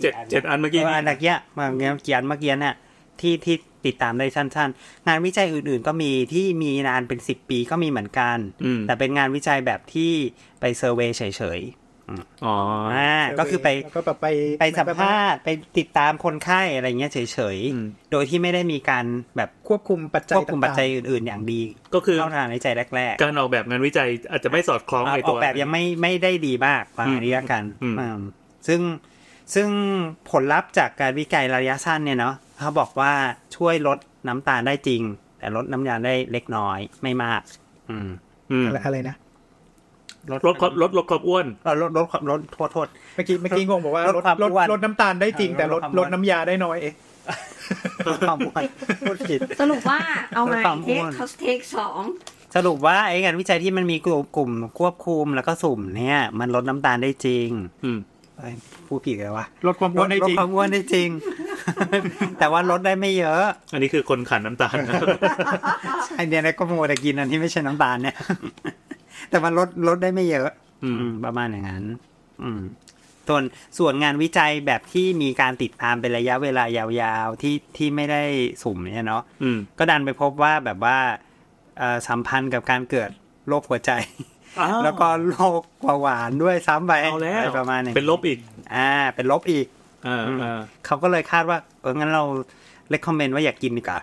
S4: เจ็ดเจ็ดอันเมื่อกี้
S3: เอออันตะเกียมาเมื่อกี้อันเมื่อกี้น่ะที่ที่ติดตามได้สั้น ๆ งานวิจัยอื่น ๆ ก็มีที่มีนานเป็นสิบปีก็มีเหมือนกัน
S4: อืม
S3: แต่เป็นงานวิจัยแบบที่ไปเซอร์เวยเฉย
S4: อ๋อ
S3: ๆอ่าก็คือไป
S5: แล้วก็แบบไป
S3: ไปสัมภาษณ์ไปติดตามคนไข้อะไรเงี้ยเฉย
S4: อืม
S3: ๆ โดยที่ไม่ได้มีการแบบ
S5: ควบคุมปัจจัย
S3: ควบคุมปัจจัย
S5: ต่าง
S3: อื่น ๆ อย่างดี
S4: ก็คือ
S3: เท่าทางในใจแรกๆ
S4: การออกแบบงานวิจัยอาจจะไม่สอดคล้อง
S3: อ
S4: ใน
S3: อ
S4: ตั
S3: ก
S4: ว
S3: แบบยังไม่ไม่ได้ดีมากประมา
S4: อื
S3: ณ
S4: ม
S3: นี้ละกัน
S4: อืม
S3: อืมซึ่งซึ่งผลลัพธ์จากการวิจัยระยะสั้นเนี่ยเนาะเขาบอกว่าช่วยลดน้ำตาลได้จริง แต่ลดน้ำตาลได้เล็กน้อยไม่มาก อืม
S4: อืม
S5: ๆอะไรอะไรนะ
S3: ลด
S4: ลดความลดลดความอ้วน
S3: เอ่อลดลดความลดโทษโทษ
S5: เมื่อกี้เมื่อกี้งงบอกว่า
S3: ล
S5: ล
S3: ด
S5: ด
S3: ความ
S5: ลด
S3: อ้วน
S5: ลดน้ำตาลได้จริง
S3: เออ
S5: แต่ลด
S3: ลดความอ้วน
S5: ลดน้ำยาได้น้อยเอ๊ะ
S3: ลดความอ้วนพูดผิด
S2: สรุปว่าเอาไง
S3: ลดความอ้
S2: เทค
S3: วน
S2: เขาเทคสอง
S3: สรุปว่าไอ้งานวิจัยที่มันมีกลุ่มกลุ่มควบคุมแล้วก็สุ่มเนี่ย มันลดน้ำตาลได้จริง
S4: อืม
S3: เอ้ยพูดผิดเลยวะ
S5: ลดความ
S3: ล
S5: อ้ว
S3: ด
S5: นได้
S3: ลด
S5: จริง
S3: ความอ้วนได้จริง แต่ว่าลดได้ไม่เยอะ
S4: อันนี้คือคนขันน้ำตาลนะ
S3: ไอเดียในก็โมแต่กินอันที่ไม่ใช่น้ำตาล เนี่ย แต่มันลดลดได้ไม่เยอะ
S4: อืม
S3: อืม ประมาณอย่างนั้น อืม ส่วนส่วนงานวิจัยแบบที่มีการติดตามเป็นระยะเวลายาวๆที่ที่ไม่ได้สุ่มเนี่ยเนาะ
S4: อืม
S3: ก็ดันไปพบว่าแบบว่าเอ่อสัมพันธ์กับการเกิดโรคหัวใจ
S4: อ้าว
S3: แล้วก็โรคเบาหวานด้วยซ้ำไป
S4: เอาแล้ว
S3: อะไรประมาณนี้
S4: เป็นลบอีก
S3: อ่าเป็นลบอีก
S4: เออเออ
S3: เขาก็เลยคาดว่า เอองั้นเรา recommend ว่าอย่ากกินดีกว่า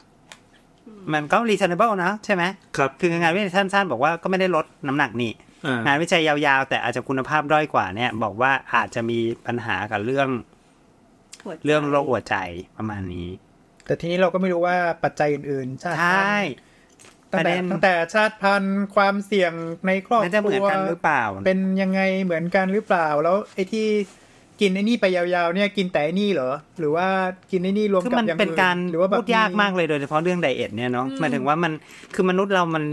S3: มันก็ reasonable นะใช่ไหม
S4: ครับ
S3: คืองานวิจัยสั้นๆ บอกว่าก็ไม่ได้ลดน้ำหนักนี่
S4: เออง
S3: านวิจัยยาวๆ แต่อาจจะคุณภาพด้อยกว่าเนี่ย บอกว่าอาจจะมีปัญหากับเรื่อง
S2: หัวใจ
S3: เรื่องโรคหัวใจประมาณนี้
S5: แต่ทีนี้เราก็ไม่รู้ว่าปัจจัยอื่นๆชาติ
S3: ใช่
S5: พันธุ์
S3: ประเด็น
S5: ตั้งแต่ตั้งแต่ชาติพันธุ์ความเสี่ยงในครอบ
S3: น่าจะ
S5: ค
S3: เหมื
S5: รั
S3: อน
S5: ว
S3: กันหรือเปล่า
S5: เป็นยังไงเหมือนกันหรือเปล่า แล้วไอ้ที่กินไอ้นี่ไปยาวๆเนี่ยกินแต่ไอ้นี่เหรอหรือว่ากินไอ้นี่รวม
S3: คือ
S5: กับ
S3: มัน
S5: อย่าง
S3: เป็น
S5: อื่
S3: การ
S5: หรือว่าแบบ
S3: พูดยากมากเลยโดยเฉพาะเรื่องไดเอทเนี่ยเนาะหมายถึงว่ามันคือมนุษย์เรามัน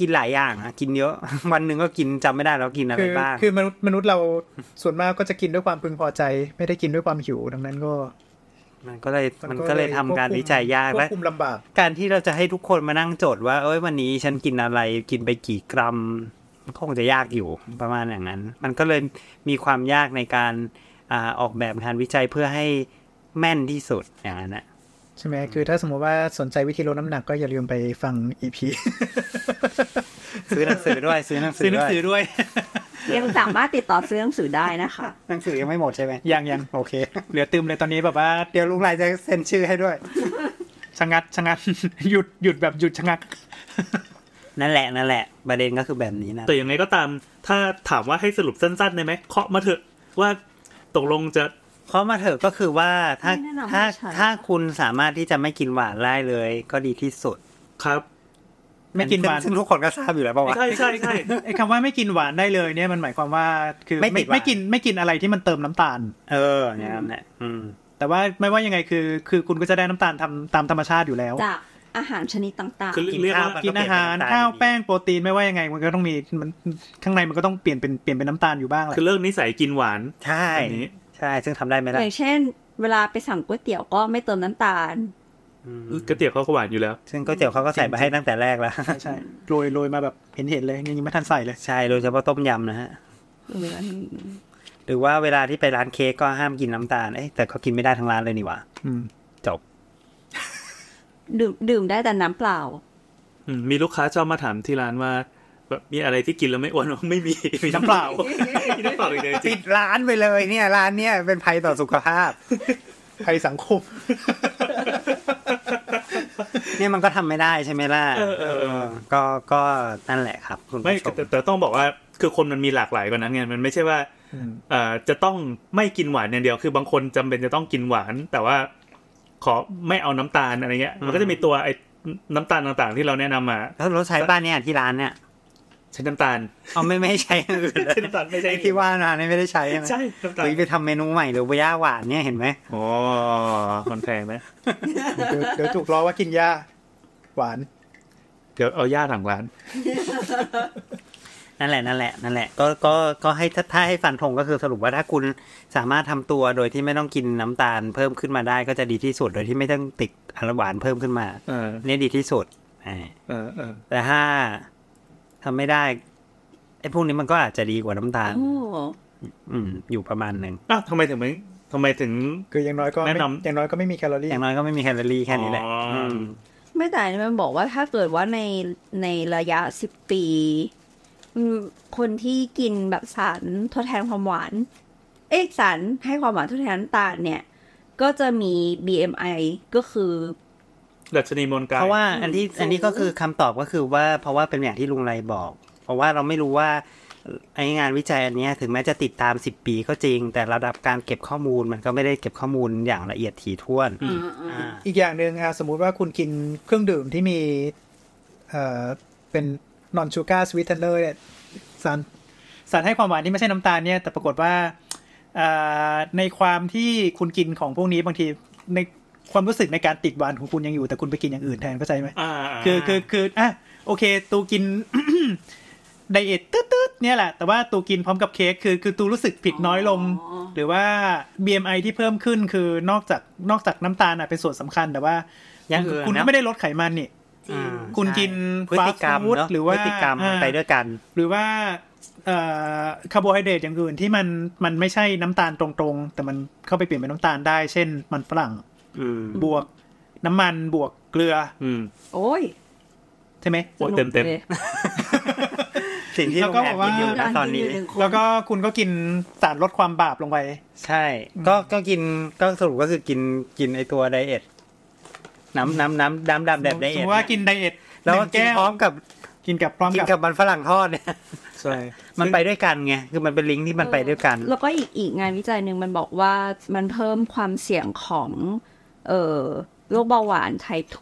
S3: กินหลายอย่างอะกินเยอะ วันหนึ่งก็กินจำไม่ได้แล้วกินอะไร
S5: คือ
S3: บ้าง
S5: คือมนุษย์มนุษย์เราส่วนมากก็จะกินด้วยความพึงพอใจ ไม่ได้กินด้วยความหิวดังนั้นก็
S3: มันก็เลยมันก็เลยทำการวิจัยยาก
S5: คว
S3: และ
S5: บคุมลำบาก
S3: การที่เราจะให้ทุกคนมานั่งโจทย์ว่า เอ้ยวันนี้ฉันกินอะไรกินไปกี่กรัมมันก็คงจะยากอยู่ประมาณอย่างนั้น มันก็เลยมีความยากในการอ่าออกแบบงานวิจัยเพื่อให้แม่นที่สุดอย่างนั้นนะ
S5: ใช่ไหมคือถ้าสมมติว่าสนใจวิธีลดน้ำหนักก็อย่าลืมไปฟังอีพี
S3: ซื้อหนังสือด้วย ซื้อหนังสือ
S5: ซื้อหนั
S3: ด้ว
S5: ง
S3: ย
S5: สือด้วย
S2: ยังสามารถติดต่อซื้อหนังสือได้นะคะ
S3: หนังสือยังไม่หมดใช่ไหม
S5: ยังยัง
S3: โอเค
S5: เหลือตืมเลยตอนนี้แบบว่า
S3: เดี๋ยวลุงลายจะเซ็นชื่อให้ด้วย
S5: ชะงัดชะงัด หยุดหยุดแบบหยุดชะงัก
S3: นั่นแหละนั่นแหละ ประเด็นก็คือแบบนี้นะ
S4: แต่ยังไงก็ตาม ถ้าถามว่าให้สรุปสั้นๆได้ไหมเคาะมาเถอะว่าตกลงจะ
S3: เพราะมาเถอะก็คือว่าถ้า
S2: ไม่แนะนำให้
S3: ถ้า
S2: ใช้
S3: ถ้าคุณสามารถที่จะไม่กินหวานได้เลย ก็ดีที่สุด
S4: ครับ
S5: ไม่กินหวาน
S3: ซึ่งทุกคนก็ทราบอยู่แล้วป่าวะ
S4: ใช่ใช่ใช่
S5: ไอ้คำว่าไม่กินหวานได้เลยเนี่ยมันหมายความว่าคือ
S3: ไม่
S5: ไม่
S3: ติดหวาน
S5: ไม่กินไม่กินอะไรที่มันเติมน้ำตาล
S3: เอออย่างนั้นแหละอืม
S5: แต่ว่าไม่ว่ายังไงคือ คือคุณก็จะได้น้ำตาลทำตามธรรมชาติอยู่แล้ว
S2: จากอาหารชนิดต่าง
S4: คือเรียกว่า
S3: มันก็
S5: กินอาหาร
S3: เปลี่ยนเป็นน้ำตาล
S5: ข้าวแป้งโปรตีนไม่ว่ายังไง มันก็ต้องมีมันข้างในมันก็ต้องเปลี่ยนเป็นเปลี่ยนเป็นน้ำตาลอยู่บ้างแหละ
S4: คือเรื่องนิสัยกินหวาน
S3: ใช่
S4: อันนี้
S3: ใช่ ซึ่งทำได้ไหม
S2: ๆ
S3: ล่ะ
S2: อย่างเช่น เวลาไปสั่งก๋วยเตี๋ยวก็ไม่เติมน้ำตาล
S3: อืม
S4: ก๋วยเตี๋ยวเขาก็หวานอยู่แล้ว
S3: ซึ่งก๋วยเตี๋ยวเขาก็ใส่มาให้ตั้งแต่แรกแล้ว
S5: ใช่ใช่โรยโรยมาแบบเห็นเห็นๆเลยยังไม่ทันใส่เลย
S3: ใช่ โดยเฉพาะต้มยำนะฮะ
S2: เหมือน
S3: หรือว่าเวลาที่ไปร้านเค้กก็ห้ามกินน้ำตาล เอ้ยแต่เขากินไม่ได้ทั้งร้านเลยนี่หว่า
S5: อืม
S3: จบ
S2: ดื่มดื่มได้แต่น้ำเปล่า
S4: อืมมีลูกค้าชอบมาถามที่ร้านว่าแบบมีอะไรที่กินแล้วไม่อ้วนหรอไม่มี
S5: มีน้ำเปล่า
S4: กินน้ำเปล่าอีกเลยจริ
S3: ปิ
S4: ง
S3: ดร้านไปเลยเนี่ย ร้านเนี่ยเป็นภัยต่อสุขภาพ
S5: ภัยสังคม
S3: เนี่ยมันก็ทำไม่ได้ใช่ไหมล่ะ
S4: เออเออเออ
S3: ก็ก็นั่นแหละครับคุณ
S4: ไม่
S3: ผู้ชม
S4: แต่แต่ต้องบอกว่าคือคนมันมีหลากหลายกว่านั้นไงมันไม่ใช่ว่าเอ่อจะต้องไม่กินหวานอย่างเดียว คือบางคนจำเป็นจะต้องกินหวาน แต่ว่าขอไม่เอาน้ำตาลอะไรเงี้ยมันก็จะมีตัวไอ้น้ำตาลต่างๆ ที่เราแนะนำมา
S3: แล้วรถใช้บ้านเนี่ยที่ร้านเนี่ย
S4: ใช้น้ำตาล
S3: เอาไม่ไม่ให้ใช้อย่างอื่นเล
S4: ใช้
S3: ย
S4: น้ำตาลไม่ใช่
S3: ไอ้ที่ว่าร้านเนี่ยไม่ได้ใช้นะ
S4: ใช่น้ำตา
S3: ห
S4: ล
S3: รือไปทำเมนูใหม่หรือย่าหวานเนี่ยเห็นไหม
S4: โอ้คนแพงนะ
S5: เดี๋ยวเดี๋ยวถูกล้อว่ากินยาหวาน
S4: เดี๋ยวเอาย่าหลังร้าน
S3: นั่นแหละนั่นแหละนั่นแหละก็ก็ก็ให้ถ้าถ้าให้ฟันธงก็คือสรุปว่าถ้าคุณสามารถทำตัวโดยที่ไม่ต้องกินน้ำตาลเพิ่มขึ้นมาได้ก็จะดีที่สุดโดยที่ไม่ต้องติดอาหวานเพิ่มขึ้นมา
S4: เออ
S3: เนี่ยดีที่สุดอ่า
S4: เออเออ
S3: แต่ถ้าทำไม่ได้ไอ้พวกนี้มันก็อาจจะดีกว่าน้ำตาล
S2: โอ้
S3: อืม อยู่ประมาณหนึ่ง
S4: อ้าวทำไมถึงไม่ทำไมถึง
S5: คืออย่างน้อยก็ไม่
S4: แนะนำ
S5: อย่างน้อยก็ไม่มีแคลอรี่
S3: อย่างน้อยก็ไม่มีแคลอรี่แค่นี้แหละ
S4: อ๋ออื
S3: ม
S2: ไม่แต่อันนี้มันบอกว่าถ้าเกิดว่าในในระยะสิบปีอืมคนที่กินแบบสารทดแทนความหวาน เอ๊ะสารให้ความหวานทดแทนน้ำตาลเนี่ย ก็จะมี BMI ก็คือ
S4: ดัชนีมวลกาย
S3: เพราะว่าอันที่อันนี้ก็คือคำตอบก็คือว่าเพราะว่าเป็นอย่างที่ลุงไรบอก เพราะว่าเราไม่รู้ว่าไองานวิจัยอันเนี้ยถึงแม้จะติดตาม 10 ปีก็จริง แต่ระดับการเก็บข้อมูลมันก็ไม่ได้เก็บข้อมูลอย่างละเอียดถี่ถ้วนอ่า
S5: อีกอย่างหนึ่งอะสมมุติว่าคุณกินเครื่องดื่มที่มีเอ่อเป็นนอนชูการ์สวิตเทนเนอร์เนี่ยสารสารให้ความหวานที่ไม่ใช่น้ำตาลเนี่ย แต่ปรากฏว่าเอ่อในความที่คุณกินของพวกนี้บางทีในความรู้สึกในการติดหวานของคุณยังอยู่ แต่คุณไปกินอย่างอื่นแทนเข้าใจไหม
S4: อ่าา
S5: คือคือคืออ่ะโอเค ตูกิน ไดเอทตืดๆเนี่ยแหละ แต่ว่าตูกินพร้อมกับเค้กคือคือตูรู้สึกผิดน้อยลง
S2: อ๋อ
S5: หรือว่า BMI ที่เพิ่มขึ้นคือนอกจากนอกจากน้ำตาลอ่ะเป็นส่วนสำคัญแต่ว่า
S3: อย่างอื่น
S5: คุณ
S3: นะ
S5: ก็ไม่ได้ลดไขมันนี่
S2: จริง
S3: อ่า
S5: คุณกิน
S3: พฤติกรรม
S5: fast food
S3: เนอะ
S5: หรือว่า
S3: พฤติกรรม
S5: อ่า
S3: ไปด้วยกัน
S5: หรือว่า เอ่อคาร์โบไฮเดรตอย่างอื่นที่มันมันไม่ใช่น้ำตาลตรงๆ แต่มันเข้าไปเปลี่ยนเป็นน้ำตาลได้ เช่น มันฝรั่ง
S3: อืม
S5: บวกน้ำมันบวกเกลือ
S4: อืม
S2: โอ้ย
S5: ใช่ไหม
S4: โอ้เต็มเต็ม
S2: ลย
S3: สิ่งที่
S5: แล้ว
S3: ลุง
S5: ก็
S3: แอบ
S5: บอกว่า
S3: กินอยู่นะตอนนี้
S2: หงค
S5: แล้วก็คุณก็กินสารลดความบาปลงไป
S3: ใช่ ก็ก็กินก็สรุปก็คือกินกินไอตัวไดเอทน้ำน้ำน้ำน้ำดำแบบได
S5: ส
S3: เอ
S5: ม
S3: ท
S5: มติว่ากินไดเอท
S3: แล้ว
S5: ห
S3: ก็กิ
S5: นึ่ง
S3: น
S5: แก้
S3: พ
S5: ว
S3: ร้อมกับ
S5: กินกับพร้อม
S3: กินกั
S5: กับ
S3: บมันฝรั่งทอดเนี่ย
S4: ใช่
S3: มันไปด้วยกันไงคือมันเป็นลิงก์ที่มันไปด้วยกัน
S2: แล้วก็อีกอีกงานวิจัยหนึ่งมันบอกว่ามันเพิ่มความเสี่ยงของ เอ่อโรคเบาหวาน type
S5: โ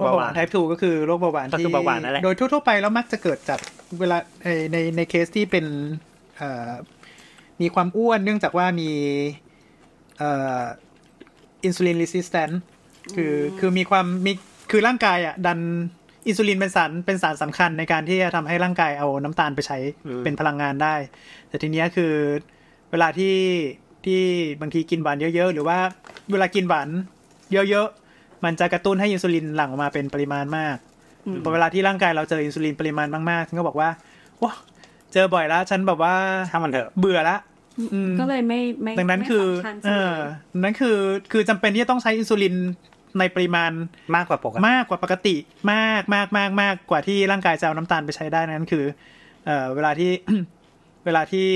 S5: รคเบาหวาน type 2ก็คือโรคเบาหวาน
S3: ก็คือ
S5: ที่
S3: เบาหวานนั่นแหละ
S5: โดยทั่วๆไปแล้วมักจะเกิดจากเวลาในในในเคสที่เป็นเอ่อมีความอ้วนเนื่องจากว่ามีเอ่ออินซูลินรีสิสแตนคือคือมีความมีคือร่างกายอ่ะดันอินซูลินเป็นสารเป็นสารสำคัญในการที่จะทำให้ร่างกายเอาน้ำตาลไปใช้
S3: อืม
S5: เป็นพลังงานได้ แต่ทีเนี้ยคือเวลาที่ที่บางทีกินหวานเยอะ ๆ หรือว่าเวลากินหวานเยอะๆ มันจะกระตุ้นให้อินซูลินหลั่งออกมาเป็นปริมาณมาก
S2: อืม
S5: พอเวลาที่ร่างกายเราเจออินซูลินปริมาณมากๆฉันก็บอกว่าว้าเจอบ่อยแล้ว ฉันแบบว่า
S3: ถ้ามันเถอะ
S5: เบื่อละอืม
S2: 2 ก็เลยไม่ไม่
S5: ดังนั้น
S2: ไม่
S5: คือ
S2: สำญ
S5: เออดังนั้นคือ คือจำเป็นที่จะต้องใช้อินซูลินในปริมาณ
S3: มากกว่าปกติ
S5: มากกว่าปกติ มากมากมากมากกว่าที่ร่างกายจะเอาน้ำตาลไปใช้ได้นั้นคือ เอ่อ เวลาที่ เวลาที่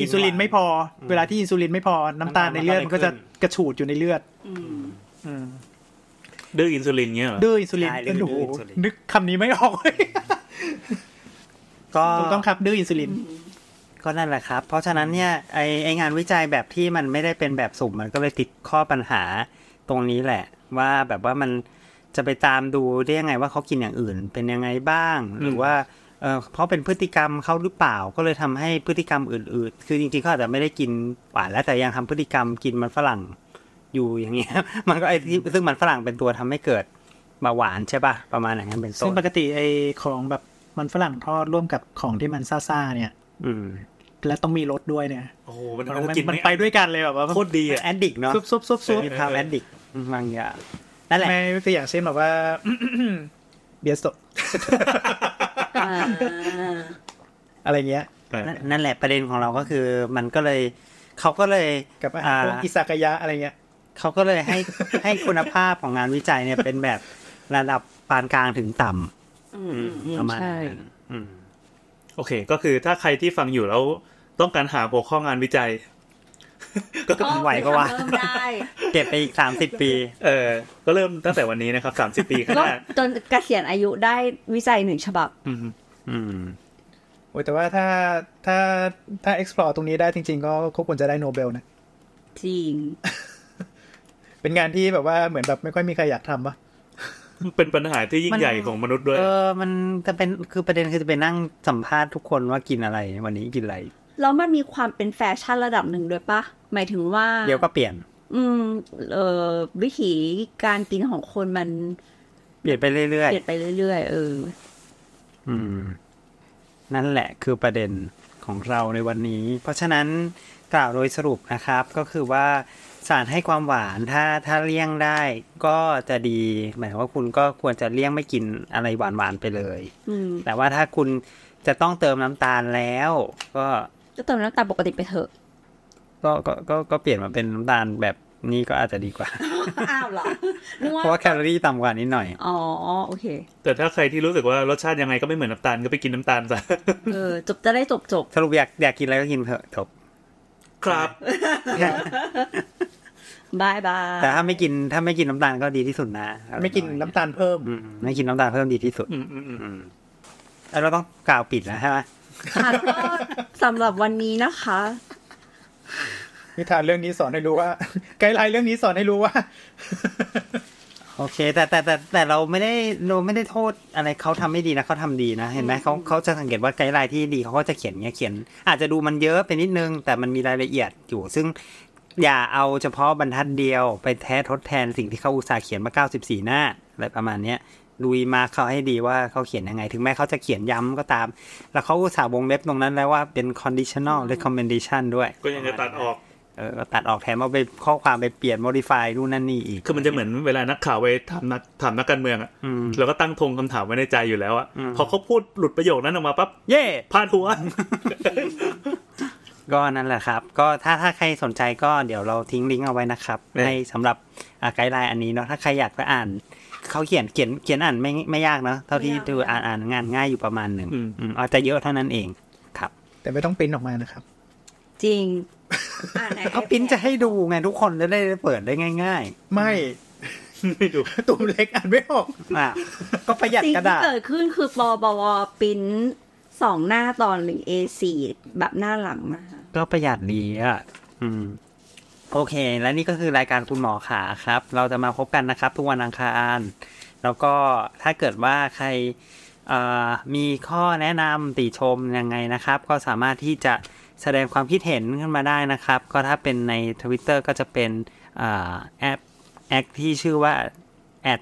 S5: อินซูลินไม่พอ เวลาที่อินซูลินไม่พอ น้ำตาลในเลือดมันก็จะกระฉูดอยู่ในเลือด
S2: อืม
S5: อืม
S4: ดื้ออินซูลินเงี้ยเหรอ
S5: ดื้ออินซูลิน
S3: ใช่หรื
S5: โอ้
S3: อดื้อ
S5: โห
S3: อินซูลิน
S5: นึกคำนี้ไม่ออกเลย
S3: ก็
S5: ถูกต้องครับดื้ออินซูลิน
S3: ก็นั่นแหละครับ เพราะฉะนั้นเนี่ยไอไองานวิจัยแบบที่มันไม่ได้เป็นแบบสุ่มมันก็เลยติดข้อปัญหาตรงนี้แหละ ว่าแบบว่ามันจะไปตามดูได้ยังไงว่าเขากินอย่างอื่น เป็นยังไงบ้าง หรือว่าเออเพราะเป็นพฤติกรรมเขาหรือเปล่าก็เลยทำให้พฤติกรรมอื่น ๆ คือจริงๆเขาอาจจะไม่ได้กินหวานแล้วแต่ยังทำพฤติกรรมกินมันฝรั่งอยู่อย่างเงี้ย มันก็ไอที่ซึ่งมันฝรั่งเป็นตัวทำให้เกิดเบาหวานใช่ป่ะประมาณอย่างนั้นเป็นต้
S5: ซึ่งป
S3: น
S5: กติไอของแบบมันฝรั่งทอดร่วมกับของที่มันซ่าๆเนี่ย
S3: อืม
S5: และต้องมีรสด้วยเนี่ย
S4: โอ้โหมัน
S5: มัน
S4: ทำให้
S5: มัน
S4: กิน
S5: มัน
S4: ไม่
S5: ไปด้วยกันเลยแบบว่า
S4: โคตรดีอ่ะ
S3: แอดดิกเนาะ
S5: ซุบซุบซุบซุบ
S3: มีความแอดดิกบางอย่างนั่นแหละ
S5: ไม่ยกตัวอย่างเช่นแบบว่า เบียร์สด
S2: อ่า
S5: อะไรเงี้ย
S3: นั่นนั่นแหละประเด็นของเราก็คือมันก็เลยเขาก็เลย
S5: กับอาหา
S3: อ่าร
S5: พวกอิซากายะอะไรเงี้ย
S3: เขาก็เลยให้ให้คุณภาพของงานวิจัยเนี่ยเป็นแบบ ระดับปานกลางถึงต่
S2: อืมอื
S3: ำ
S2: ม
S3: ประมาณ
S2: ใช่
S3: นั้นอืม
S4: โอเค ก็คือถ้าใครที่ฟังอยู่แล้วต้องการหาหัวข้องานวิจัย
S3: ก็ไหวก็ว่า
S2: เริ่มได้
S3: เก็บไปอีกสามสิบปี
S4: เออ ก็เริ่มตั้งแต่วันนี้นะครับสามสิบ30 ปีข้าง
S2: ก็
S4: หน้า
S2: จนเกษียณอายุได้วิจัยหนึ่งฉบับ
S4: อืม
S3: อืม
S5: โอ้ยแต่ว่าถ้าถ้าถ้า explore ตรงนี้ได้จริง ๆ ก็ก็ควรจะได้โนเบลนะ
S2: จริง
S5: เป็นงานที่แบบว่าเหมือนแบบไม่ค่อยมีใครอยากทำปะ
S4: เป็นปัญหาที่ยิ่
S3: มั
S4: ง
S3: น
S4: ใหญ่ของมนุษย์ด้วย
S3: เออมันจะเป็นคือประเด็นคือจะไปนั่งสัมภาษณ์ทุกคนว่ากินอะไร วันนี้กินอะไร
S2: แล้วมันมีความเป็นแฟชั่นระดับหนึ่งด้วยปะ หมายถึงว่า
S3: เดี๋ยวก็เปลี่ยน
S2: อืมเอ่อวิถีการกินของคนมัน
S3: เปลี่ยนไปเรื่อย
S2: เปลี่ยนไปเรื่อยๆ เออ
S3: ๆอืม นั่นแหละคือประเด็นของเราในวันนี้ เพราะฉะนั้นกล่าวโดยสรุปนะครับก็คือว่าสารให้ความหวานถ้าถ้าเลี่ยงได้ก็จะดี หมายความว่าคุณก็ควรจะเลี่ยงไม่กินอะไรหวานๆไปเลย
S2: อืม
S3: แต่ว่าถ้าคุณจะต้องเติมน้ำตาลแล้ว ก็
S2: ก็เติมน้ำตาลปกติไปเถอะ
S3: ก็ก็ก็ก็เปลี่ยนมาเป็นน้ำตาลแบบนี้ก็อาจจะดีกว่า
S2: อ้าวเหรอ นึก
S3: เพ
S2: ว่า
S3: ราะว่าแคลอรี่ต่ำกว่านิดหน่อย
S2: อ๋อ โอเค
S4: แต่ถ้าใครที่รู้สึกว่ารสชาติยังไงก็ไม่เหมือนน้ำตาลก็ไปกินน้ำตาลซะ
S2: เออ จบจะได้จบจบ
S3: สรุปอยากอยากกินอะไรก็กินเถอะจบ
S4: ครับ
S2: ๆบายบาย
S3: แต่ถ้าไม่กินถ้าไม่กินน้ำตาลก็ดีที่สุดนะ
S5: ไม่กินน้ำตาลเพิ่ม
S3: อืมไม่กินน้ำตาลเพิ่มดีที่สุด
S4: อืมอืมอืม
S3: อืมแล้วเราต้องกล่าวปิดแล้วใช่ไหม
S2: ค่ะก็สำหรับวันนี้นะคะ
S5: นิทานเรื่องนี้สอนให้รู้ว่า ไกด์ไลน์เรื่องนี้สอนให้รู้ว่า
S3: โอเค แต่แต่แต่แต่เราไม่ได้เราไม่ได้โทษอะไรเขาทำไม่ดีนะเขาทำดีนะเห็นไหมเขาเขาจะสังเกตว่าไกด์ไลน์ที่ดีเขาก็จะเขียนเงี้ยเขียน อาจจะดูมันเยอะไปนิดนึง แต่มันมีรายละเอียดอยู่ ซึ่งอย่าเอาเฉพาะบรรทัดเดียวไปแท้ทดแทนสิ่งที่เขาอุตส่าห์เขียนมา 94 หน้าอะไรประมาณเนี้ยดูมาเขาให้ดีว่าเขาเขียนยังไง ถึงแม้เขาจะเขียนย้ำก็ตาม แล้วเขาอุตส่าห์วงเล็บตรงนั้นแล้วว่าเป็น conditional recommendation ด้วย
S4: ก็ยังจะตัดออก
S3: เออก็ตัดออกแถมเอาไปข้อความไปเปลี่ยน modify นู่นนั่นนี่อีก
S4: คือมันจะเหมือนเวลานักข่าวไปถามนักถามนักการเมืองอะ
S3: อืม
S4: เราก็ตั้งธงคำถามไว้ในใจอยู่แล้วอะ
S3: อืม
S4: พอเขาพูดหลุดประโยคนั้นออกมาปั๊บ
S3: เย่
S4: พาดหัว
S3: ก็นั่นแหละครับ ก็ถ้าถ้าใครสนใจก็เดี๋ยวเราทิ้งลิงก์เอาไว้นะครับ
S4: เนี่ย
S3: ให้สำหรับอ่าไกด์ไลน์อันนี้เนาะถ้าใครอยากจะอ่าน เขาเขียนเขียนเขียนอ่านไม่ไม่ยากเนาะเท่าที่
S2: ไม่ยาก
S3: ดูอ่านอ่านงานง่ายอยู่ประมาณหนึ่งอืมอาจจะเยอะเท่านั้นเองครับ
S5: แต่ไม่ต้องปริ้นออกมานะครับ
S2: จริง อ่านไหน
S3: เอาปริ้นจะให้ดูไงทุกคนจะได้เปิดได้ง่าย
S5: ไม่
S4: ไม่ดู
S5: ตุ่มเล็กอ่านไม่ออก
S3: ๆอ่ะก็ประหยัด
S2: สิ่ง
S3: กระ
S2: ที่
S3: ดาษ
S2: เกิดขึ้นคือปอบวปริ้นสองหน้าตอนหรือ A4 แบบหน้าหลังมา
S3: ก็ประหยัดดีอ่ะอืม โอเค และนี่ก็คือรายการคุณหมอขาครับ เราจะมาพบกันนะครับ ทุกวันอังคาร แล้วก็ถ้าเกิดว่าใครเอ่อมีข้อแนะนำติชมยังไงนะครับ ก็สามารถที่จะแสดงความคิดเห็นขึ้นมาได้นะครับ ก็ถ้าเป็นใน Twitter ก็จะเป็นเอ่อแอปแอคที่ชื่อว่า at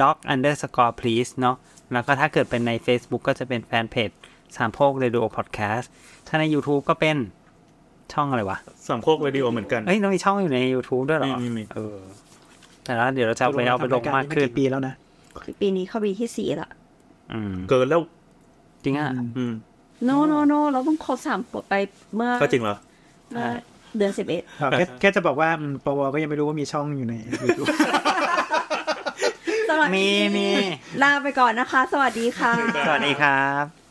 S3: doc underscore please เนาะแล้วก็ถ้าเกิดเป็นใน Facebook ก็จะเป็นแฟนเพจสามโพกเรดิโอพอดแคสต์ถ้าใน YouTube ก็เป็นช่องอะไรวะ
S4: สามโคกเรดิโอเหมือนกัน
S3: เอ้ยเรามีช่องอยู่ใน YouTube ด้วยเหรอ
S4: มีมีมี
S3: เออ แต่แล้วเดี๋ยวเราจะเอาไปเอาไปลงมากขึ้น
S5: ทำรยรปีแล้วนะ
S2: ปีนี้เข้าปีที่สี่ละ
S3: อืม
S4: เกินแล้ว
S3: จริงอ่ะ
S4: อืม
S2: no no no เราต้องครบสามขวบไปเมื่อ
S4: ก็จริงเหรอ
S2: เมื่อเดือนสิบเอ็ด
S5: ครับแค่แค่จะบอกว่าอืมปวก็ยังไม่รู้ว่ามีช่องอยู่ใน YouTube
S2: สำหรับ
S3: มีมี
S2: ลาไปก่อนนะคะ สวัสดีค่ะ
S3: สวัสดีครับ